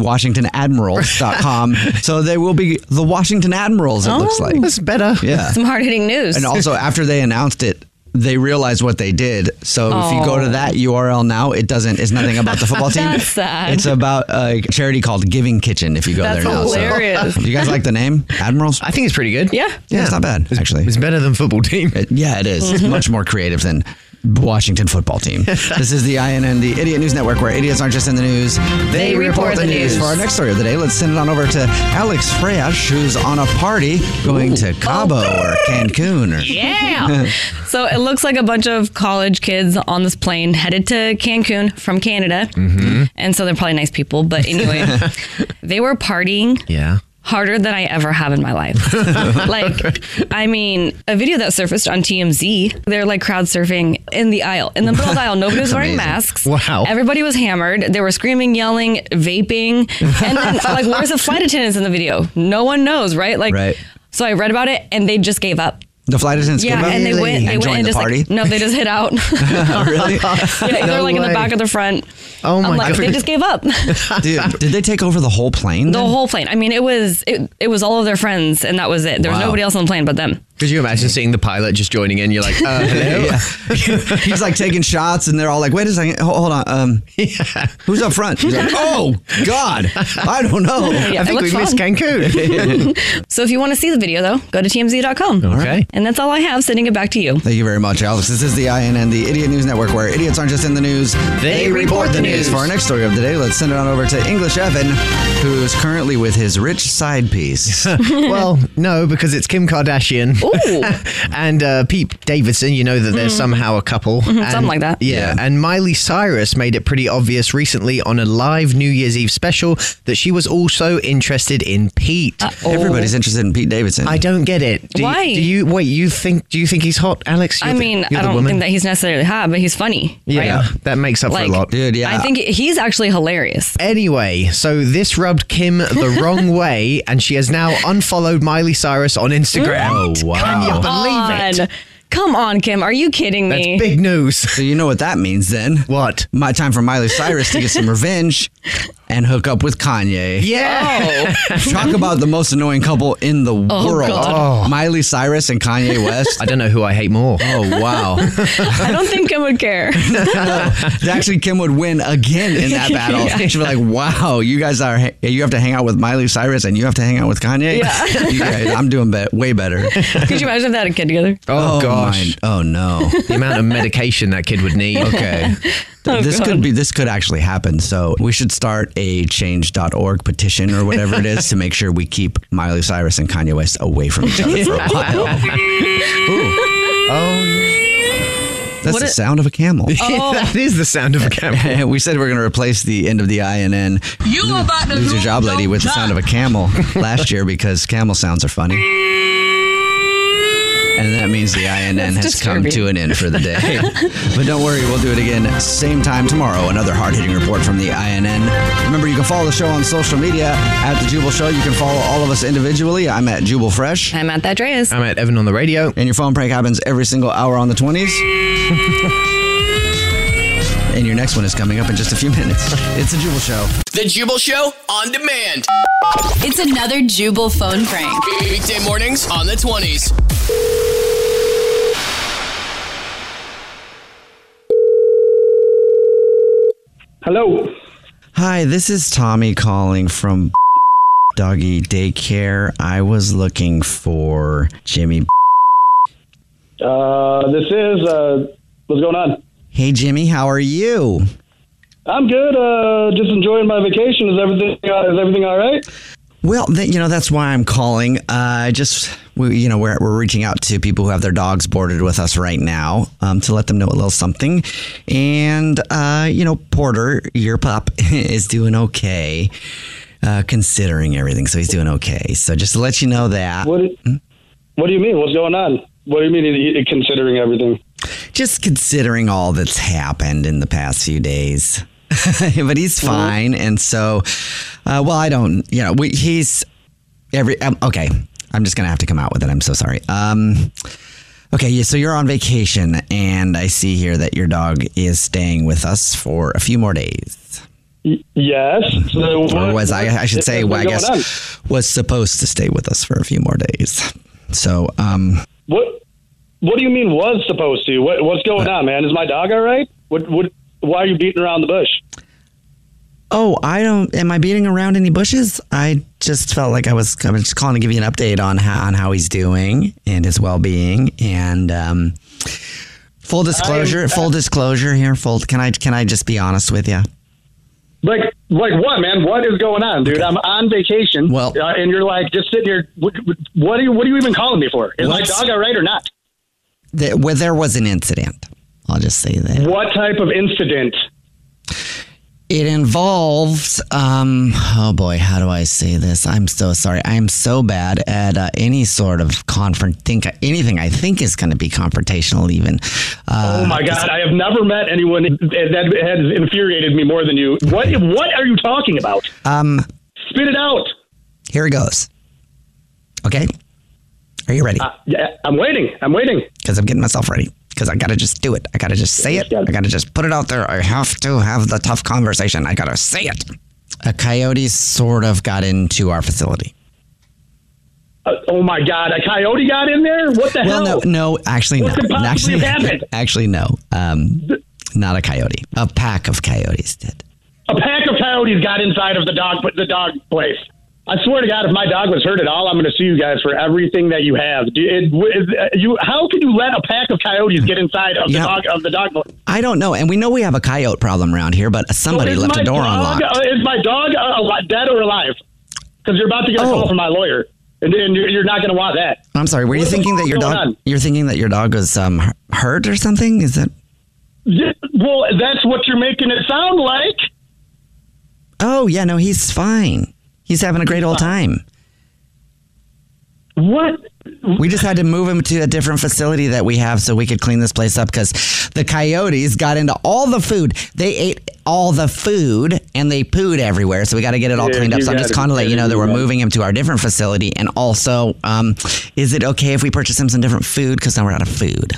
E: WashingtonAdmirals.com. so they will be the Washington Admirals. It looks
F: Oh,
E: like
G: that's better.
E: Yeah,
F: Some hard hitting news.
E: and also after they announced it. They realized what they did, so if you go to
F: Oh.
E: that URL now, it doesn't. It's nothing about the football team.
F: That's sad.
E: It's about a charity called Giving Kitchen. If you go
F: That's
E: there now, So,
F: hilarious.
E: do you guys like the name Admirals? I
G: think it's pretty good.
F: Yeah.
E: yeah, it's not bad actually. It's
G: better than football team.
E: yeah, it is. It's
F: Mm-hmm.
G: Mhm.
E: much more creative than Washington football team. this is the INN, the Idiot News Network, where idiots aren't just in the news;
G: They report the news.
E: For our next story of the day, let's send it on over to Alex Freyash, who's on a party going to Cabo or Cancun. Or
F: Yeah. so it looks like a bunch of college kids on this plane headed to Cancun from Canada.
E: Mm.
G: Mhm.
F: And so they're probably nice people. But anyway, they were partying
G: Yeah.
F: harder than I ever have in my life. like, I mean, a video that surfaced on TMZ, they're like crowd surfing in the aisle. In the middle of the aisle, nobody was
G: That's
F: wearing
G: amazing.
F: masks.
G: Wow.
F: Everybody was hammered. They were screaming, yelling, vaping. And then, like, where's the flight attendants in the video? No one knows, right? Like,
E: Right.
F: so I read about it and they just gave up.
E: The flight attendants
F: Yeah,
E: came up
F: and they went. They
E: and
F: went
E: joined
F: and
E: the
F: just
E: party.
F: like no, they just hit out.
E: Oh, really?
F: yeah, they're
E: No
F: like in
E: way.
F: the back or the front.
E: Oh my
F: I'm like, They
E: goodness.
F: just gave up.
E: Dude, did they take over the whole plane?
F: the whole plane. I mean, it was it, it was all of their friends, and that was it. There was
G: Wow.
F: nobody else on the plane but them.
G: Could you imagine seeing the pilot just joining in? You're like, uh, hello?
E: He's like taking shots, and they're all like, "Wait a second, ho- hold on, um, who's up front?" He's like, "Oh God, I don't know.
F: Yeah, it looks fun. so if you want to see the video, though, go to tmz.com.
E: Okay.
F: And that's all I have. Sending it back to you.
E: Thank you very much, Alex. This is the INN, the Idiot News Network, where idiots aren't just in the news,
G: They report the news.
E: For our next story of the day, let's send it on over to English Evan, who's currently with his rich side piece.
G: well, no, because it's Kim Kardashian. and uh, Pete Davidson, you know that they're
F: Mhm.
G: somehow a couple.
F: Mhm,
G: and-
F: something like that.
G: Yeah. And Miley Cyrus made it pretty obvious recently on a live New Year's Eve special that she was also interested in Pete.
E: Everybody's interested in Pete Davidson.
G: I don't get it. Do
F: Why?
G: You, do you wait? You think? Do you think he's hot, Alex? You're
F: I
G: the-
F: mean,
G: you're
F: I
G: the
F: don't
G: woman.
F: think that he's necessarily hot, but he's funny.
G: Yeah,
F: right?
G: that makes up
F: Like,
G: for a lot, dude.
F: I think he's actually hilarious.
G: Anyway, so this rubbed Kim the wrong way, and she has now unfollowed Miley Cyrus on Instagram.
E: Oh, wow.
G: Can you believe
F: it?
G: it?
F: Come on, Kim. Are you kidding me?
G: big news. So
E: you know what that means then?
G: What?
E: My time for Miley Cyrus to get some revenge and hook up with Kanye.
G: Yeah.
F: Oh.
E: Talk about the most annoying couple in the
F: Oh,
E: world.
F: God.
E: Miley Cyrus and Kanye West.
G: I don't know who I hate more.
E: Oh wow.
F: I don't think Kim would care.
E: Actually, Kim would win again in that battle.
F: Yeah.
E: She'd be like, "Wow, you guys are ha- you have to hang out with Miley Cyrus and you have to hang out with Kanye.
F: Yeah.
E: You guys- I'm doing be- way better."
F: Could you imagine if they had a kid together?
G: Oh, gosh.
E: Oh no.
G: the amount of medication that kid would need.
E: Okay.
F: Oh,
E: this
F: God.
E: could be this could actually happen. So we should start a change.org petition or whatever it is to make sure we keep Miley Cyrus and Kanye West away from each other for a while.
G: Oh,
E: That's
G: What
E: the
G: a-
E: sound of a camel.
G: Oh. That is the sound of a camel.
E: we said we are going to replace the end of the inn.
G: You about to
E: lose your
G: lose
E: job, lady,
G: your
E: with the sound of a camel last year because camel sounds are funny. And that means the inn
G: That's
E: has come
G: disturbing.
E: to an end for the day. but don't worry, we'll do it again same time tomorrow. Another hard hitting report from the inn. Remember, you can follow the show on social media at the Jubal Show. You can follow all of us individually. I'm at Jubal Fresh.
F: I'm at that Dreas.
G: I'm at Evan on the radio.
E: And your phone prank happens every single hour on the 20s. and your next one is coming up in just a few minutes. It's the Jubal Show.
D: The Jubal Show on demand.
P: It's another Jubal phone prank.
D: Weekday mornings on the 20s.
E: Hello. Hi, this is Tommy calling from Doggy Daycare. I was looking for Jimmy.
Q: Uh, this is uh, what's going on.
E: Hey, Jimmy, how are you?
Q: I'm good. Uh, just enjoying my vacation. Is everything uh, is everything all right?
E: Well, th- you know that's why I'm calling. Uh, I just we, you know we're we're reaching out to people who have their dogs boarded with us right now um, to let them know a little something. And uh, you know Porter, your pup, is doing okay, uh, considering everything. So he's doing okay. So just to let you know that.
Q: What do, what do you mean? What's going on? What do you mean? i- i- Considering everything.
E: just considering all that's happened in the past few days. but he's fine, and so, uh, well, I don't, you know, we, he's every um, okay. I'm just gonna have to come out with it. I'm so sorry. Um, okay, yeah, so you're on vacation, and I see here that your dog is staying with us for a few more days.
Q: Yes. So
E: or was I? I should
Q: what-
E: say,
Q: what's
E: well, I
Q: going
E: guess
Q: on?
E: was supposed to stay with us for a few more days. So, um,
Q: What What do you mean? Was supposed to? What What's going on, man? Is my dog all right? What What? Why are you beating around the bush?
E: Oh, I don't. Am I beating around any bushes? I just felt like I was. I'm just calling to give you an update on how, on how he's doing and his well being. And um, full disclosure, full disclosure here. Full. Can I can I just be honest with you?
Q: Like, like what, man? What is going on, dude? I'm on vacation.
E: Well,
Q: uh, and you're like just sitting here. What, what are you? What are you even calling me for? Is my
E: What's-
Q: dog all right or not?
E: There, where there was an incident. I'll just say that.
Q: What type of incident?
E: It involves, um, oh boy, how do I say this? I'm so sorry. I am so bad at uh, any sort of confront. Think anything I think is going to be confrontational. Even. Uh,
Q: Oh my God! I have never met anyone that has infuriated me more than you. What? What are you talking about?
E: Um,
Q: Spit it out.
E: here it goes. Okay, are you ready?
Q: Uh, Yeah, I'm waiting. I'm waiting.
E: Because I'm getting myself ready. Because I gotta just do it. I gotta just say it. I gotta just put it out there. I have to have the tough conversation. I gotta say it. A coyote sort of got into our facility.
Q: Uh, oh my God! A coyote got in there. What the
E: well,
Q: hell?
E: no, no, actually,
Q: What could
E: no.
Q: possibly
E: Actually,
Q: have happened?
E: actually, no. Um, not a coyote. A pack of coyotes did.
Q: A pack of coyotes got inside of the dog the dog place. I swear to God, if my dog was hurt at all, I'm going to sue you guys for everything that you have. Do- It, is- uh, you, how can you let a pack of coyotes get inside of the
E: Yeah.
Q: dog of the dog? place?
E: I don't know, and we know we have a coyote problem around here, but somebody
Q: So is
E: left
Q: my
E: a door
Q: dog,
E: unlocked. Oh.
Q: uh, Is my dog uh, al- dead or alive? Because you're about to get a call from my lawyer. and, and you're you're not going to want that.
E: I'm sorry. Were you
Q: What the
E: thinking
Q: fuck
E: that your
Q: is
E: dog?
Q: going on?
E: You're thinking that your dog was um hurt or something? Is that?
Q: Yeah, well, that's what you're making it sound like.
E: Oh yeah, no, he's fine. He's having a great old time.
Q: What?
E: We just had to move him to a different facility that we have so we could clean this place up because the coyotes got into all the food. They ate all the food and they pooed everywhere. So we got to get it all
G: Yeah,
E: cleaned up.
G: you
E: So I'm just
G: gotta-
E: kind of let you know that we're
G: you gotta-
E: moving him to our different facility. And also, um, is it okay if we purchase him some different food because now we're out of food?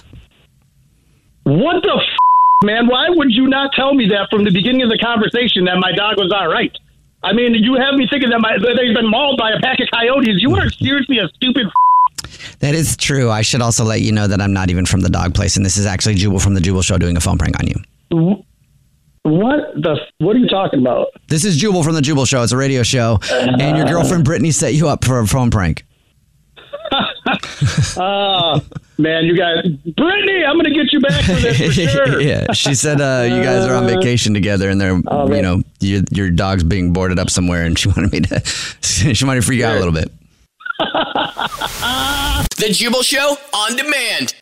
Q: What the f- man? Why would you not tell me that from the beginning of the conversation that my dog was all right? I mean, you have me thinking that my that they've been mauled by a pack of coyotes. You are seriously a stupid.
E: That is true. I should also let you know that I'm not even from the dog place, and this is actually Jubal from the Jubal Show doing a phone prank on you.
Q: F- what the? F- what are you talking about?
E: This is Jubal from the Jubal Show. It's a radio show, and your girlfriend Brittany set you up for a phone prank.
Q: Ah, man, you guys, Brittany, I'm going to get you back for this for sure.
E: yeah, she said uh, you guys are on vacation together, and they're you know your, your dog's being boarded up somewhere, and she wanted me to she wanted to freak you out a little bit.
D: The Jubal Show on demand.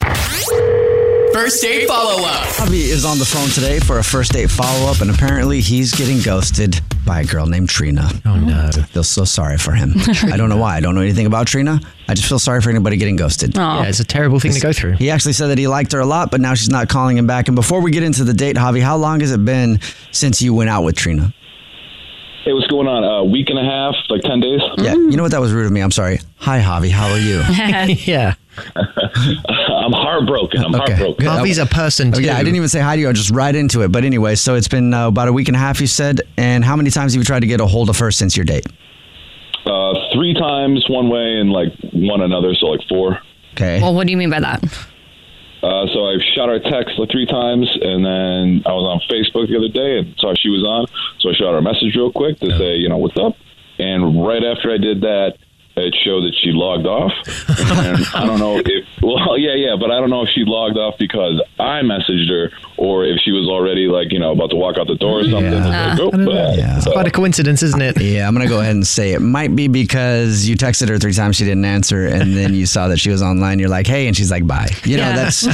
D: First date follow up.
E: Bobby is on the phone today for a first date follow up, and apparently he's getting ghosted by a girl named Trina. Oh no! I feel so sorry for him. I don't know why. I don't know anything about Trina. I just feel sorry for anybody getting ghosted.
G: Aw. Yeah, it's a terrible thing to go through.
E: He actually said that he liked her a lot, but now she's not calling him back. And before we get into the date, Javi, how long has it been since you went out with Trina?
R: It was going on a week and a half, like 10 days.
E: Yeah, you know what? That was rude of me. I'm sorry. Hi, Javi. How are you?
G: yeah.
R: I'm heartbroken. I'm heartbroken.
E: Javi's a person too. Oh, Yeah, I didn't even say hi to you. I just right into it. But anyway, so it's been uh, about a week and a half. You said, and how many times have you tried to get a hold of her since your date?
R: Uh, three times one way and like one another, so like four.
E: Okay.
F: Well, what do you mean by that?
R: Uh, so I shot her a text like three times, and then I was on Facebook the other day and saw she was on. So I shot her a message real quick to say, you know, what's up. And right after I did that, it showed that she logged off. And I don't know if, well, yeah, yeah, but I don't know if she logged off because I messaged her or if she was already like, you know, about to walk out the door or something. It's like, oh, uh,
E: It's quite a coincidence, isn't it? Yeah, I'm gonna go ahead and say it might be because you texted her three times, she didn't answer, and then you saw that she was online. You're like, hey, and she's like, bye. You know,
F: Yeah.
E: that's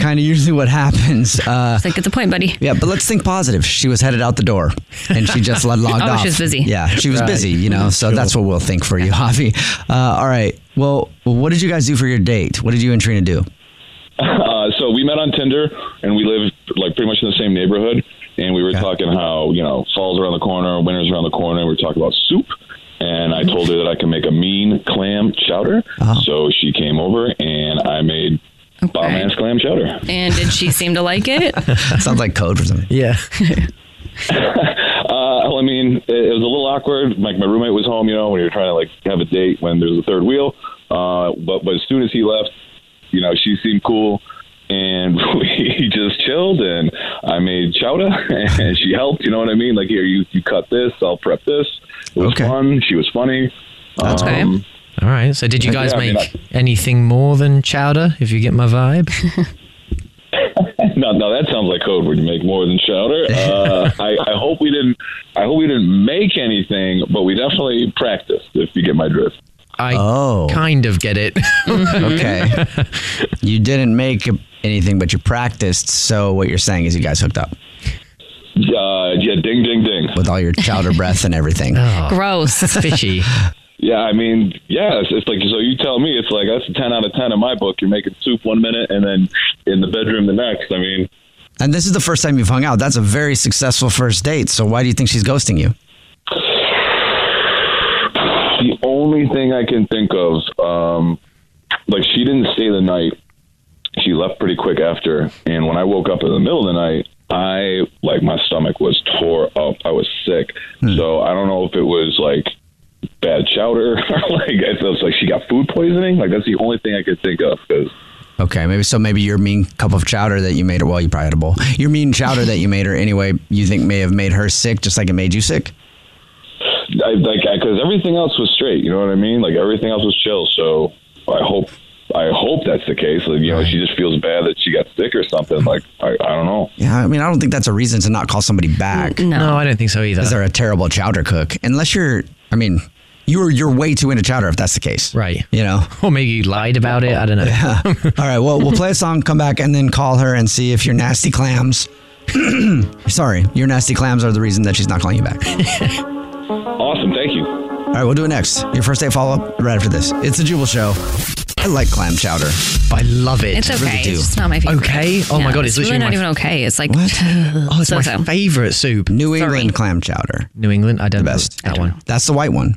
E: kind of usually what happens. Uh,
F: It's like, get the point, buddy.
E: yeah, but let's think positive. She was headed out the door, and she just lo- logged
F: Oh,
E: off.
F: she was busy.
E: Yeah, she was
F: Right.
E: busy. You know, so that's what we'll think for you, Javi. Uh, all right. Well, what did you guys do for your date? What did you and Trina do?
R: Uh, so we met on Tinder, and we live like pretty much in the same neighborhood. And we were talking how you know falls around the corner, winter's around the corner. and We were talking about soup, and I told her that I can make a mean clam chowder.
E: Uh-huh.
R: So she came over, and I made bomb ass clam chowder.
F: And did she seem to like it?
E: Sounds like code for something.
G: Yeah.
R: Uh, well, I mean, it, it was a little awkward. Like my roommate was home, you know, when you were trying to like have a date when there's a third wheel. Uh, but but as soon as he left, you know, she seemed cool, and we just chilled. And I made chowder, and she helped. You know what I mean? Like here, you you cut this, I'll prep this. It was fun. She was funny. Um,
G: That's cool. All right. So, did you
R: Yeah,
G: guys
R: I mean,
G: make anything more than chowder? If you get my vibe.
R: no, no, that sounds like code word. You make more than chowder. Uh, I, I hope we didn't. I hope we didn't make anything, but we definitely practiced. If you get my drift.
G: I kind of get it.
E: Oh. Okay. you didn't make anything, but you practiced. So what you're saying is you guys hooked up.
R: Uh, yeah, ding, ding, ding.
E: With all your chowder breath and everything.
G: Oh.
F: Gross.
G: Fishy.
R: Yeah, I mean, yeah, it's, it's like so. You tell me, it's like that's a ten out of ten in my book. You're making soup one minute, and then in the bedroom the next. I mean,
E: And this is the first time you've hung out. That's a very successful first date. So why do you think she's ghosting you?
R: the only thing I can think of, um, like she didn't stay the night. She left pretty quick after, and when I woke up in the middle of the night, I like my stomach was tore up. I was sick, so I don't know if it was like bad chowder, like I felt like she got food poisoning. Like that's the only thing I could think of because.
E: Okay, maybe so. Maybe your mean cup of chowder that you made her. Well, you probably had a bowl. Your mean chowder that you made her anyway. You think may have made her sick, just like it made you sick.
R: I, like because everything else was straight. You know what I mean? Like everything else was chill. So I hope I hope that's the case. Like you know, she just feels bad that she got sick or something. Like I, I don't know.
E: Yeah, I mean, I don't think that's a reason to not call somebody back.
G: No, I don't think so either.
E: Because they're a terrible chowder cook, unless you're. I mean, You're you're way too into chowder if that's the case, right? You know, or maybe you lied about it. I don't know. Yeah. All right. Well, we'll play a song, come back, and then call her and see if your nasty clams. Sorry, your nasty clams are the reason that she's not calling you back.
R: Awesome. Thank you.
E: All right, we'll do it next. Your first day follow up right after this. It's a Jubal show. I like clam chowder. I love it.
F: It's okay. It's just not my favorite.
E: Okay? Oh my God, it's
F: really
E: literally
F: not
E: my-
F: even okay. It's like
E: Oh, it's
F: so-so.
E: my favorite soup. New England clam chowder. New England, I don't the best. That one. That's the white one.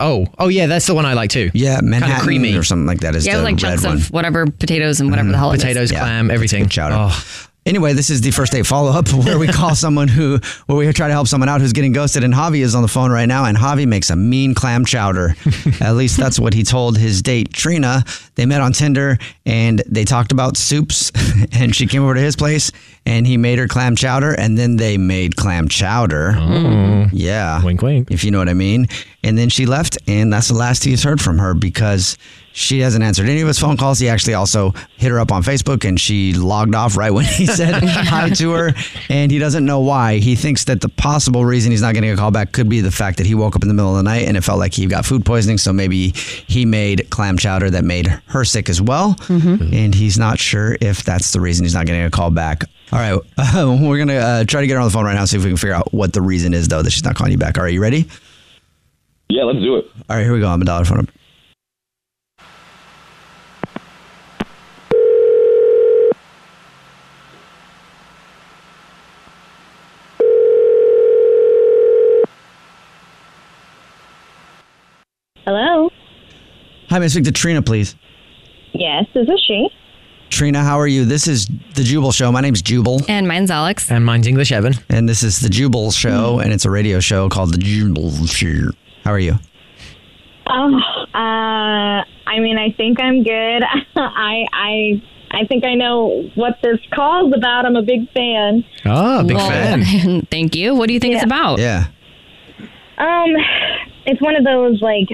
E: Oh, oh yeah, that's the one I like too. Yeah, Manhattan
G: creamy.
E: or something like that is
F: yeah,
E: the
F: like
E: red
F: chunks
E: one. Mm-hmm.
F: of whatever potatoes and whatever the hell. it is.
E: clam, everything. Chowder.
G: Oh.
E: Anyway, this is the first date follow up where we call someone who, where we try to help someone out who's getting ghosted. And Javi is on the phone right now, and Javi makes a mean clam chowder. At least that's what he told his date, Trina. They met on Tinder and they talked about soups, and she came over to his place and he made her clam chowder, and then they made clam chowder.
S: Oh.
E: Yeah. Mm-hmm. Wink, wink. If you know what I mean. And then she left, and that's the last he's heard from her because she hasn't answered any of his phone calls. He actually also hit her up on Facebook, and she logged off right when he said hi to her. And he doesn't know why. He thinks that the possible reason he's not getting a call back could be the fact that he woke up in the middle of the night and it felt like he got food poisoning. So maybe he made clam chowder that made her sick as well.
F: Mm-hmm.
I: Mm-hmm.
E: And he's not sure if that's the reason he's not getting a call back. All right, uh, we're gonna uh, try to get her on the phone right now, see if we can figure out what the reason is though that she's not calling you back. All right, you ready?
R: Yeah, let's do it.
E: All right, here we go. I'm a dollar phone. up.
O: Hello.
E: Hi, may I speak to Trina, please?
O: Yes, this is she.
E: Trina, how are you? This is the Jubal Show. My name's Jubal.
F: And mine's Alex. Mm-hmm.
E: And mine's English Evan. And this is the Jubal Show, and it's a radio show called the Jubal Show. How are you?
O: Oh, uh, I mean, I think I'm good. I, I, I think I know what this call's about. I'm a big fan.
E: Ah,
F: Well, thank you. What do you think it's about?
E: Yeah.
O: Um, it's one of those like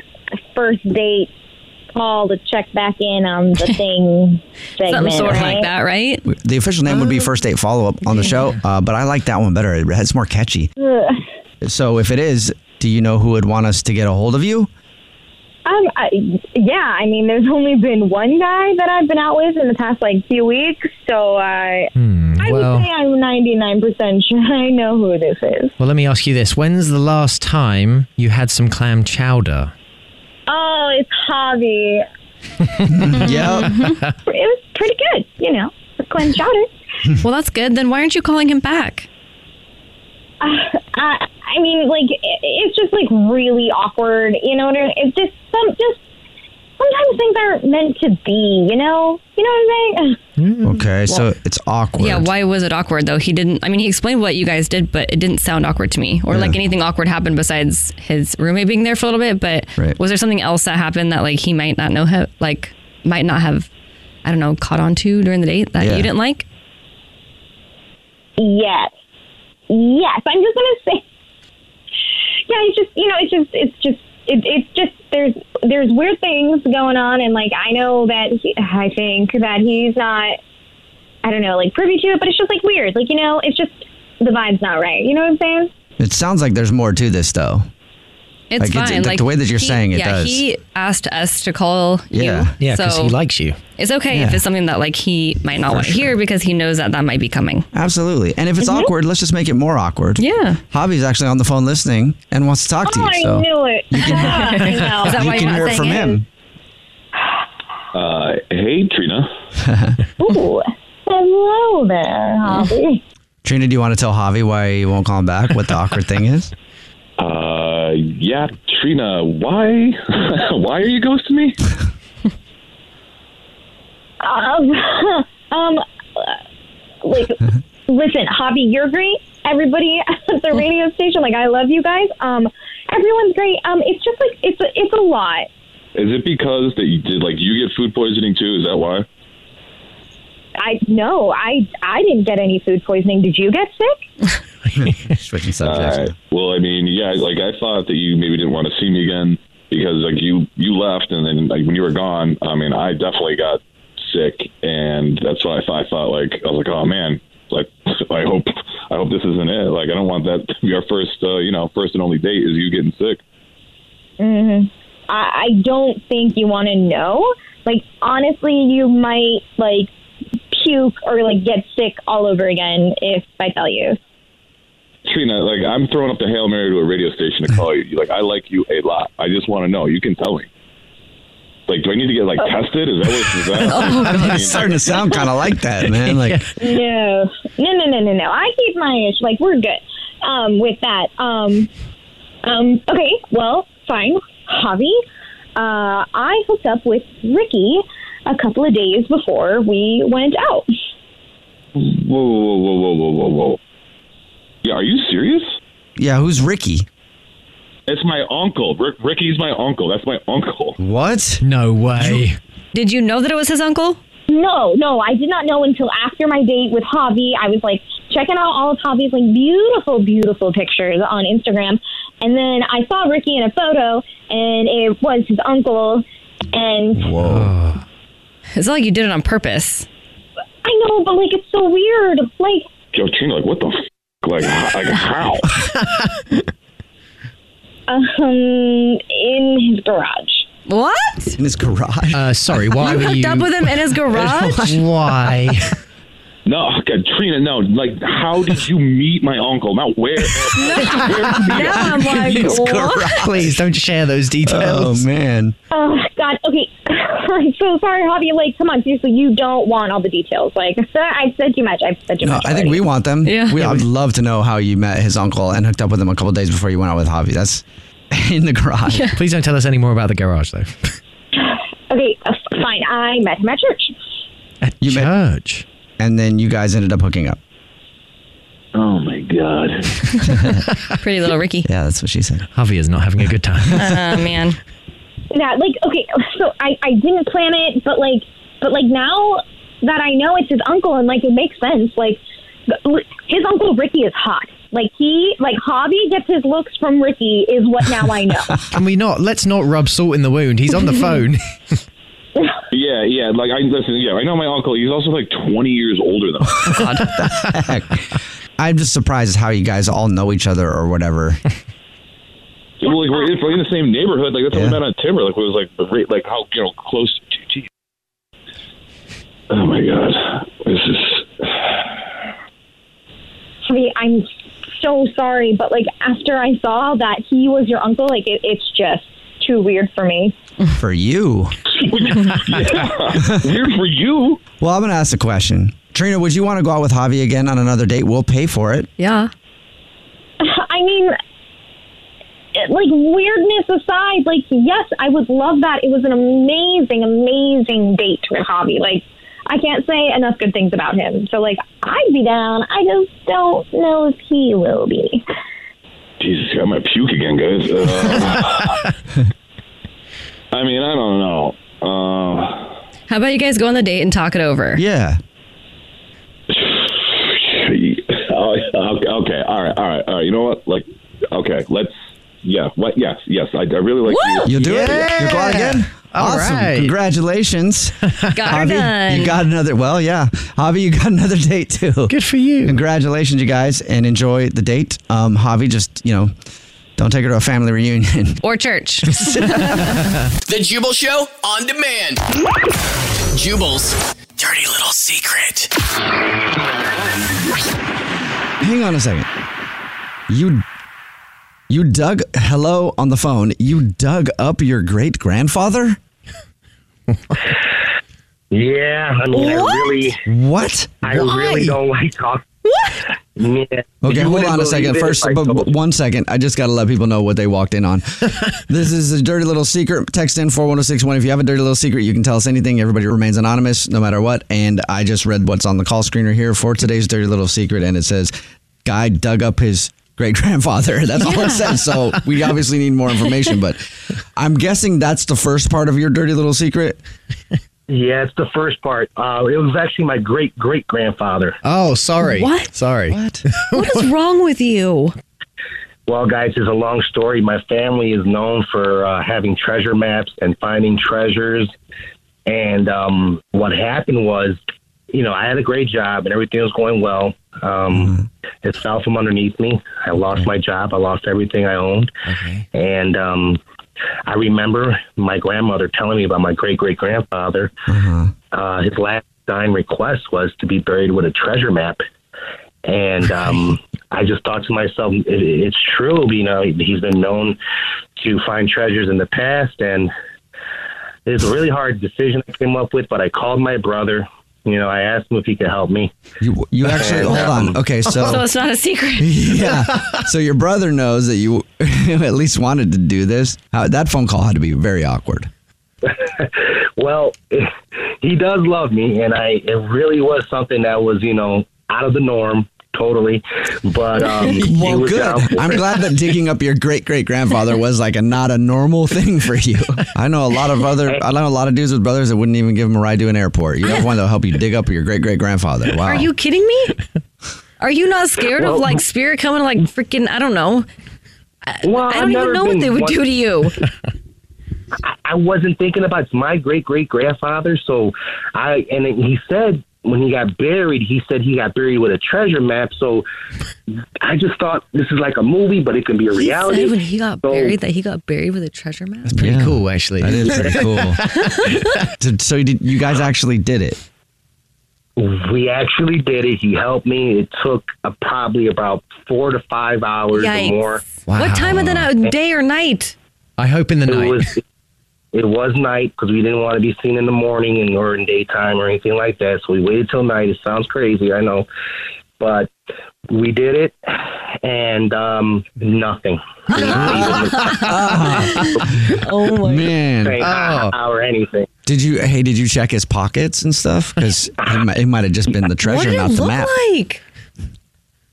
O: first date call to check back in on the thing segment,
F: sort
O: right?
F: like that, right?
E: The official name would
F: Oh.
E: be First Date Follow Up on the show, uh, but I like that one better. It- It's more catchy.
O: Ugh.
E: So, if it is, do you know who would want us to get a hold of you?
O: Um, I, yeah, I mean, there's only been one guy that I've been out with in the past like few weeks, so I, I
S: well-
O: would say I'm 99% sure I know who this is.
S: Well, let me ask you this: When's the last time you had some clam chowder?
O: Oh, it's Javi.
E: yep.
O: it was pretty good, you know. Glenn Chowder.
F: well, that's good. Then why aren't you calling him back?
O: Uh, I, I mean, like it, it's just like really awkward, you know. What I mean? It's just some just sometimes things aren't meant to be, you know. You know what I'm saying?
E: Okay, so it's awkward.
F: Hmm. Yeah, why was it awkward though? He didn't. I mean, he explained what you guys did, but it didn't sound awkward to me, or like anything awkward happened besides his roommate being there for a little bit. But
E: Right.
F: was there something else that happened that like he might not know, ha- like might not have, I don't know, caught on to during the date that
O: Yeah.
F: you didn't like?
O: Yes. Yes. I'm just gonna say Yeah, it's just you know, it's just it's just it, it's just there's there's weird things going on and like I know that he, I think that he's not I don't know, like privy to it, but it's just like weird. Like, you know, it's just the vibe's not right. You know what I'm saying?
E: It sounds like there's more to this, though.
F: It's
E: Like, it's-
F: fine.
E: the-
F: like
E: the way that you're
F: he-
E: saying it
F: yeah,
E: does.
F: He asked us to call you.
E: Yeah,
F: so
E: you.
F: It's okay if
E: Yeah.
F: it's something that like he might not
E: For
F: want to hear because he knows that that might be coming.
E: Absolutely. And if it's awkward, let's just make it more awkward.
F: Mhm. Yeah.
E: Hobby's actually on the phone listening and wants to talk to you. so
O: Oh, it.
E: you can hear it from him.
R: Uh, hey, Trina.
O: Ooh. Hello there, Hobby.
E: Trina, do you want to tell Javi why you won't call him back? What the awkward thing is?
R: Uh, yeah, Trina. Why? why are you ghosting me?
O: Um, um, like, listen, Hobby, you're great. Everybody at the radio station, like, I love you guys. Um, everyone's great. Um, it's just like it's a, it's a lot.
R: Is it because that you did like you get food poisoning too? Is that why?
O: I no, I I didn't get any food poisoning. Did you get sick?
E: Switching
R: subjects. Well, I mean, yeah, like I thought that you maybe didn't want to see me again because like you you left and then like when you were gone, I mean, I definitely got sick and that's why I thought, I thought like I was like, oh man, like I hope I hope this isn't it. Like I don't want that to be our first uh, you know first and only date is you getting sick.
O: hmm I, I don't think you want to know. Like, honestly, you might like puke or like get sick all over again if I tell you.
R: Trina, like I'm throwing up the hail mary to a radio station to call you. You're Like I like you a lot. I just want to know. You can tell me. Like, do I need to get like tested? Is that what is that?
E: Oh, it's starting to sound kind of like that, man. Like,
O: No, no, no, no, no, no. I keep my ish. Like, we're good um, with that. Um, um, okay, well, fine. Javi, uh, I hooked up with Ricky a couple of days before we went out.
R: Whoa, whoa, whoa, whoa, whoa, whoa, whoa. Yeah, are you serious?
E: yeah, who's Ricky?
R: It's my uncle. Rick, Ricky's my uncle. That's my uncle.
E: What?
S: No way.
O: Did you know that it was his uncle? No, no, I did not know until after my date with Javi. I was like checking out all of Javi's like beautiful, beautiful pictures on Instagram, and then I saw Ricky in a photo, and it was his uncle. And
E: Whoa.
F: It's not like you did it on purpose.
O: I know, but like it's so weird. Like
R: Yo, Trina, like what the? F-? Like, h- like how?
O: um, in his garage.
F: What?
E: In his garage.
S: Uh, sorry, why
F: You
S: were
F: hooked
S: you
F: up with him in his garage?
S: why?
R: No, God, Trina, no. Like, how did you meet my uncle? Not where? Oh
O: now I'm like,
G: It's
O: what?
G: correct. Please don't share those details.
E: Oh man.
O: Oh God. Okay. I'm so sorry, Javi. Like, come on. Seriously, you don't want all the details. Like, I said too much. I've said too
E: No,
O: much.
E: I think we want them.
O: Yeah.
E: We, I'd love to know how you met his uncle and hooked up with him a couple days before you went out with Javi. That's in the garage.
S: Please don't tell us any more about the garage, though.
O: Okay, uh, fine. I met him at church.
E: At
S: you church.
E: and then you guys ended up hooking up.
R: Oh my god.
F: Pretty little Ricky.
E: yeah, that's what she said.
S: Javi is not having a good time.
F: Oh, man.
O: Yeah, like okay. So I I didn't plan it, but like but like now that I know it's his uncle and like it makes sense. Like the- his uncle Ricky is hot. Like he like Javi gets his looks from Ricky is what now I know.
S: Can we not? Let's not rub salt in the wound. He's on the phone.
R: Yeah, yeah. Like, I listen. Yeah, I know my uncle. He's also like 20 years older than. I
E: God, what the heck? I'm just surprised how you guys all know each other or whatever.
R: Yeah, well, like we're in, we're in the same neighborhood. Like that's how we met on Timber. Like it was like the rate, like how you know close. gee, gee. Oh my god, this is
O: Javi, I'm so sorry, but like after I saw that he was your uncle, like it, it's just too weird for me.
E: For you.
R: Weird for you.
E: Well, I'm going to ask a question. Trina, would you want to go out with Javi again on another date? We'll pay for it.
F: Yeah.
O: I mean, it- like weirdness aside, like yes, I would love that. It was an amazing, amazing date with Hobby. Like I can't say enough good things about him. So like I'd be down. I just don't know if he will be.
R: Jesus. I might puke again, guys. Uh, I mean, I don't know. Uh,
F: How about you guys go on the date and talk it over?
E: Yeah.
R: oh, okay, all right, all right, all right. You know what? Like, okay, let's. Yeah. What? Yes. Yes. I, I really like you.
E: You'll do it. You'll go out again. awesome. Congratulations.
F: Got her
E: Javi,
F: done.
E: You got another. Well, yeah. Javi, you got another date too.
S: Good for you.
E: Congratulations, you guys, and enjoy the date. Um, Javi, just, you know, don't take her to a family reunion.
F: Or church.
D: The Jubal Show on demand. Jubal's dirty little secret.
E: Hang on a second. You you dug hello on the phone. You dug up your great grandfather?
T: Yeah, I mean,
E: What?
T: I really,
E: what?
T: I
E: Why?
T: really don't like talk. What? Yeah.
E: Okay,
T: You
E: hold
T: wouldn't
E: on a
T: believe
E: second.
T: it
E: First,
T: if I
E: but
T: told
E: but one second. I just got to let people know what they walked in on. this is a dirty little secret. Text in 41061. If you have a dirty little secret, you can tell us anything. Everybody remains anonymous no matter what. And I just read what's on the call screener here for today's dirty little secret. And it says, Guy dug up his great grandfather. That's all
U: Yeah.
E: it says. So we obviously need more information. But I'm guessing that's the first part of your dirty little secret.
T: Yeah, it's the first part. Uh, it was actually my great great grandfather.
S: Oh, sorry.
T: What?
S: Sorry.
E: What?
T: What is wrong with you? Well, guys, it's a long story. My family is known for uh, having treasure maps and finding treasures. And um, what happened was, you know, I had a great job and everything was going well. Um, It fell from underneath me. I lost my job. I lost everything I owned. And um, I remember my grandmother telling me about my great great grandfather. Uh, his last dying request was to be buried with a treasure map. And um, I just thought to myself, it, it's true. You know, he's been known to find treasures in the past, and it's a really hard decision I came up with. But I called my brother. You know, I asked him if he could help me. um,
E: You you actually hold on. Okay, so
F: so it's not a secret.
E: yeah. So your brother knows that you at least wanted to do this. How, that phone call had to be very awkward.
T: well, he does love me, and I it really was something that was you know out of the norm totally. But um, he
E: well,
T: was
E: good.
T: down for
E: I'm
T: it.
E: glad that digging up your great great grandfather was like a not a normal thing for you. I know a lot of other, I know a lot of dudes with brothers that wouldn't even give them a ride to an airport. You have one that'll help you dig up your great great grandfather. Wow.
F: Are you kidding me? Are you not scared of like spirit coming like freaking I don't know. I, I don't
T: I've never
F: even know what
T: been
F: they would
T: one-
F: do to you.
T: I- I wasn't thinking about it's my great great grandfather. So I and he said when he got buried, he said he got buried with a treasure map. So I just thought this is like a movie, but it can be a reality.
F: He said when he got
T: So-
F: buried that he got buried with a treasure map. That's
E: pretty
G: cool, actually.
E: That is pretty cool. So- so you did, you guys actually did it.
T: we actually did it. He helped me. It took uh probably about four to five hours
F: Yikes.
T: or more.
F: What time of the night, day or night?
T: I hope in the
F: night.
T: Was, it was night because we didn't want to be seen in the morning and or in daytime or anything like that. So we waited till night. It sounds crazy, I know, but we did it, and um, nothing.
F: oh my
E: man!
F: Oh.
T: or anything.
E: Did you? Hey, did you check his pockets and stuff? Because it, might- it might have just been the
F: what
E: treasure,
F: did
E: not
F: it
E: the
F: look
E: map.
F: like?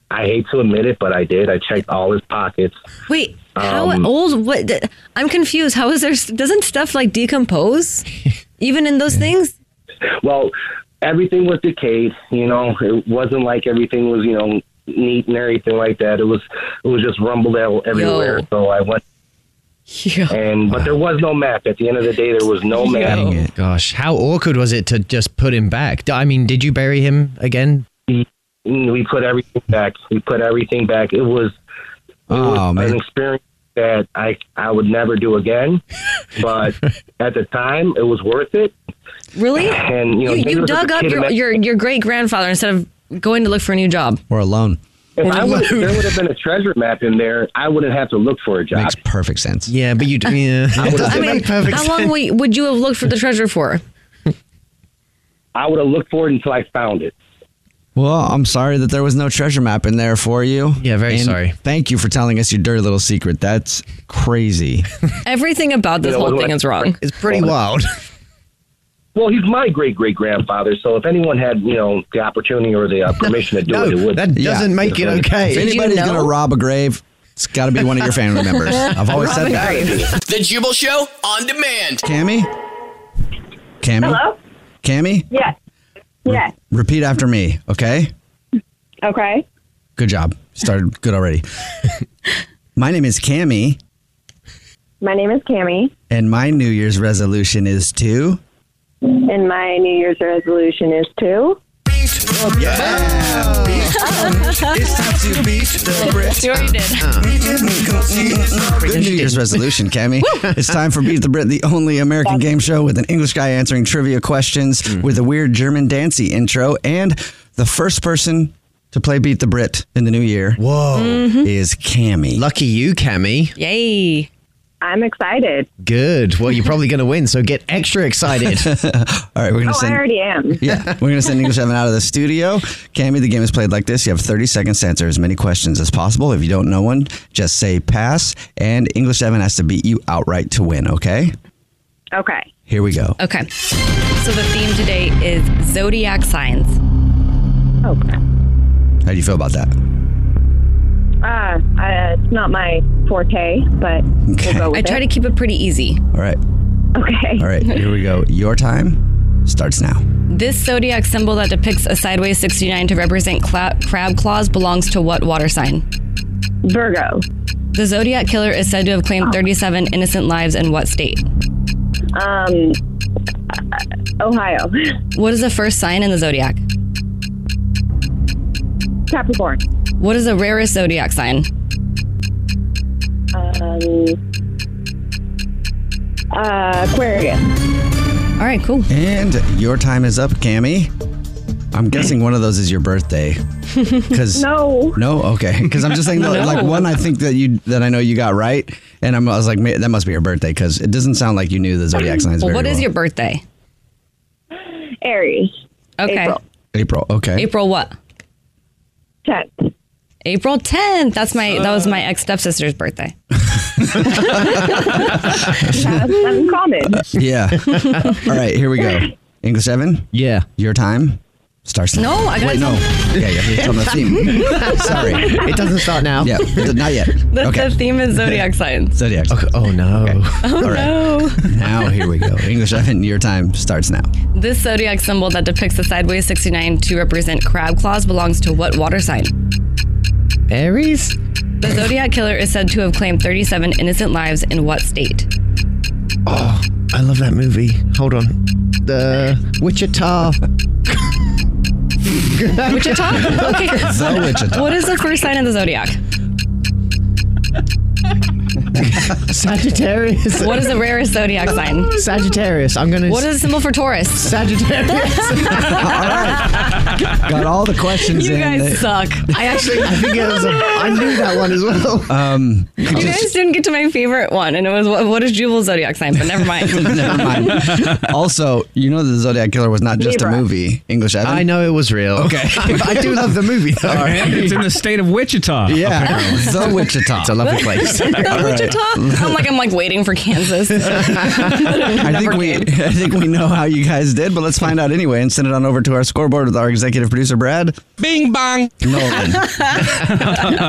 T: I hate to admit it, but I did. I checked all his pockets.
F: Wait, how
T: Um,
F: old? What? th- I'm confused. How is there? Doesn't stuff like decompose, even in those things?
T: Well, everything was decayed. You know, it wasn't like everything was you know neat and everything like that. It was it was just rumbled out everywhere. So I went. And but there was no map. At the end of the day, there was no map.
G: Dang it. Gosh, how awkward was it to just put him back? I mean, did you bury him again?
T: And Mm, we put everything back. We put everything back. It was, it was an experience that I I would never do again. But at the time, it was worth it.
F: Really?
T: And you know,
F: you,
T: maybe it
F: you
T: was a
F: dug up
T: kid in
F: your,
T: that-
F: your your great grandfather instead of going to look for a new job.
E: Or alone.
T: If I would, there would have been a treasure map in there. I wouldn't have to look for a job. Makes
E: perfect sense.
G: Yeah, but you. Yeah.
T: I would
F: I
T: have,
F: mean, how long would you, would you have looked for the treasure for?
T: I would have looked for it until I found it.
E: Well, I'm sorry that there was no treasure map in there for you. Yeah,
G: very sorry.
E: Thank you for telling us your dirty little secret. That's crazy.
F: Everything about this
T: You know,
F: whole
T: what-
F: thing is wrong.
G: It's pretty wild.
T: Well, he's my great great grandfather, so if anyone had you know the opportunity or the uh, permission to do it, it would.
E: If anybody's gonna rob a grave, it's got to be one of your family members. I've always said that.
D: The Jubal Show on demand.
E: Cammy, Cammy,
D: Hello?
E: Cammy,
D: Yes.
E: Yes. repeat after me, okay?
J: Okay.
E: Good job. Started good already. my name is Cammy,
J: My name is Cami,
E: and my New Year's resolution is to.
J: and my New Year's resolution is to.
E: it's time to beat the Brits.
F: You already did.
E: Good New Year's resolution, Cammy. it's time for Beat the Brit, the only American game show with an English guy answering trivia questions
G: Hmm.
E: with a weird German dancey intro. And the first person to play Beat the Brit in the new year Whoa.
J: Mm-hmm.
E: is Cammy.
G: Lucky you, Cammy.
F: Yay.
J: I'm excited.
G: Good. Well, you're probably going to win, so get extra excited.
E: All right, we're gonna
J: Oh, I
E: send.
J: already am.
E: yeah, we're gonna send English Evan out of the studio. Cammy, the game is played like this: you have 30 seconds to answer as many questions as possible. If you don't know one, just say pass, and English Evan has to beat you outright to win. Okay,
J: Okay.
E: here we go.
F: Okay. So the theme today is zodiac signs.
J: Okay.
E: How do you feel about that?
J: Uh, I, it's not my forte, but we'll go with
F: I try
J: it.
F: to keep it pretty easy.
E: All right.
J: Okay.
E: All right, here we go. Your time starts now.
F: This zodiac symbol that depicts a sideways 69 to represent cla- crab claws belongs to what water sign?
J: Virgo. Oh.
F: The zodiac killer is said to have claimed 37 innocent lives in what state?
J: Um, uh, Ohio.
F: What is the first sign in the zodiac?
J: Capricorn.
F: What is the rarest zodiac sign?
J: Um, Uh, Aquarius.
E: All
F: right, cool.
E: And your time is up, Cammy. I'm guessing one of those is your birthday. Because
J: no,
E: no, okay. Because I'm just thinking
J: No.
E: like one. I think that you that I know you got right, and I'm, I was like, "Ma- that must be your birthday because it doesn't sound like you knew the zodiac signs.
F: Well,
E: very
F: what is
E: well.
F: your birthday?
J: Aries.
F: Okay. April,
E: April? Okay,
F: what?
J: 10th.
F: April 10th. That's my that was my ex stepsister's birthday.
J: Seven common.
E: Yeah. All right, here we go. English seven. Yeah. Your time starts. now.
F: No, I gotta
E: Wait, no. Yeah, yeah. It's on the theme. Sorry,
F: It doesn't
E: start now. Yeah, not yet.
F: The,
E: Okay.
F: the theme is zodiac signs.
E: Zodiac. Okay. Oh no.
F: Oh
E: All right.
F: no.
E: Now here we go. English seven. Your time starts now.
F: This zodiac symbol that depicts the sideways 69 to represent crab claws belongs to what water sign?
S: Aries?
F: The zodiac killer is said to have claimed 37 innocent lives in what state?
G: Oh, I love that movie. Hold on. The Wichita.
F: Wichita? Okay.
G: The Wichita.
F: What is the first sign of the zodiac?
S: Sagittarius.
F: What is the rarest zodiac sign?
S: Sagittarius. I'm gonna.
F: What is the symbol for Taurus?
S: Sagittarius.
E: Got all the questions
F: You
E: in.
F: guys suck. I actually-
G: I think it was a, I knew that one as well.
E: Um,
F: You guys didn't get to my favorite one, and it was what, what is Jubal's zodiac sign? But never mind.
E: never mind. also, you know the Zodiac Killer was not just a
F: Libra.
E: movie. English Evan.
G: I know it was real.
E: Okay.
G: I do love the movie. Though.
V: And it's in the state of Wichita.
E: Yeah.
V: apparently.
E: The Wichita. It's a lovely place.
F: The
E: All right.
F: Wichita. I'm like I'm like waiting for Kansas.
E: I think we I think we know how you guys did, but let's find out anyway and send it on over to our scoreboard with our executive producer Brad.
V: Bing bong.
E: Nolan.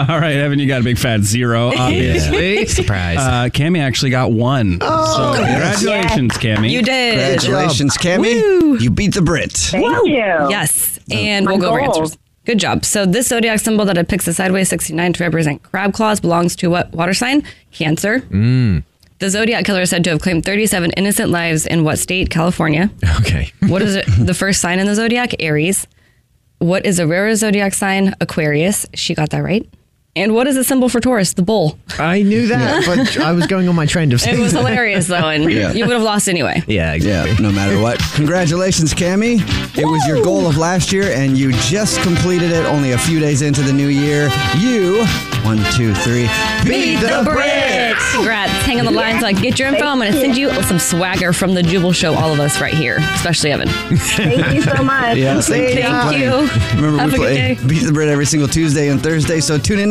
V: All right, Evan, you got a big fat zero, Oh, Uh, obviously.
E: Yeah.
V: Surprise. Uh, Cammy actually got one.
E: Oh,
V: so
E: yes.
V: congratulations, Cammy.
F: You did.
E: Congratulations, Cammy. You beat the Brit. Thank
F: you. Yes, and we'll go over
E: goals.
F: answers. Good job. So this zodiac symbol that depicts the sideways 69 to represent crab claws belongs to what water sign? Cancer.
S: Mm.
F: The zodiac killer is said to have claimed 37 innocent lives in what state? California.
S: Okay.
F: What is it, the first sign in the zodiac? Aries. What is a rare zodiac sign? Aquarius. She got that right. And what is the symbol for Taurus? The bull.
G: I knew that,
F: Yeah.
G: but I was going on my trend of
F: It was hilarious though, and
E: Yeah.
F: you would have lost anyway.
E: Yeah, exactly. no matter what. Congratulations, Cammy. It was your goal of last year, and you just completed it only a few days into the new year. You, one, two, three,
F: bricks. Congrats. Hang on the line so I can get your info. I'm going to send you some swagger from the Jubal Show, all of us right here, especially Evan.
J: Thank you so much.
E: Yeah, thank you. for
F: Thank
E: playing.
F: you.
E: Remember,
F: Have
E: we
F: a good
E: play
F: day.
E: Beat the Brit every single Tuesday and Thursday. So tune in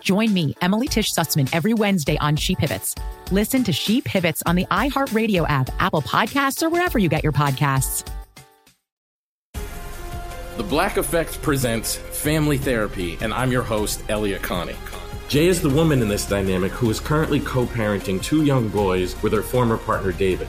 U: Join me, Emily Tish Sussman, every Wednesday on She Pivots. Listen to She Pivots on the iHeartRadio app, Apple Podcasts, or wherever you get your podcasts.
A: The Black Effect presents Family Therapy, and I'm your host, Elliot Connie. Jay is the woman in this dynamic who is currently co parenting two young boys with her former partner, David.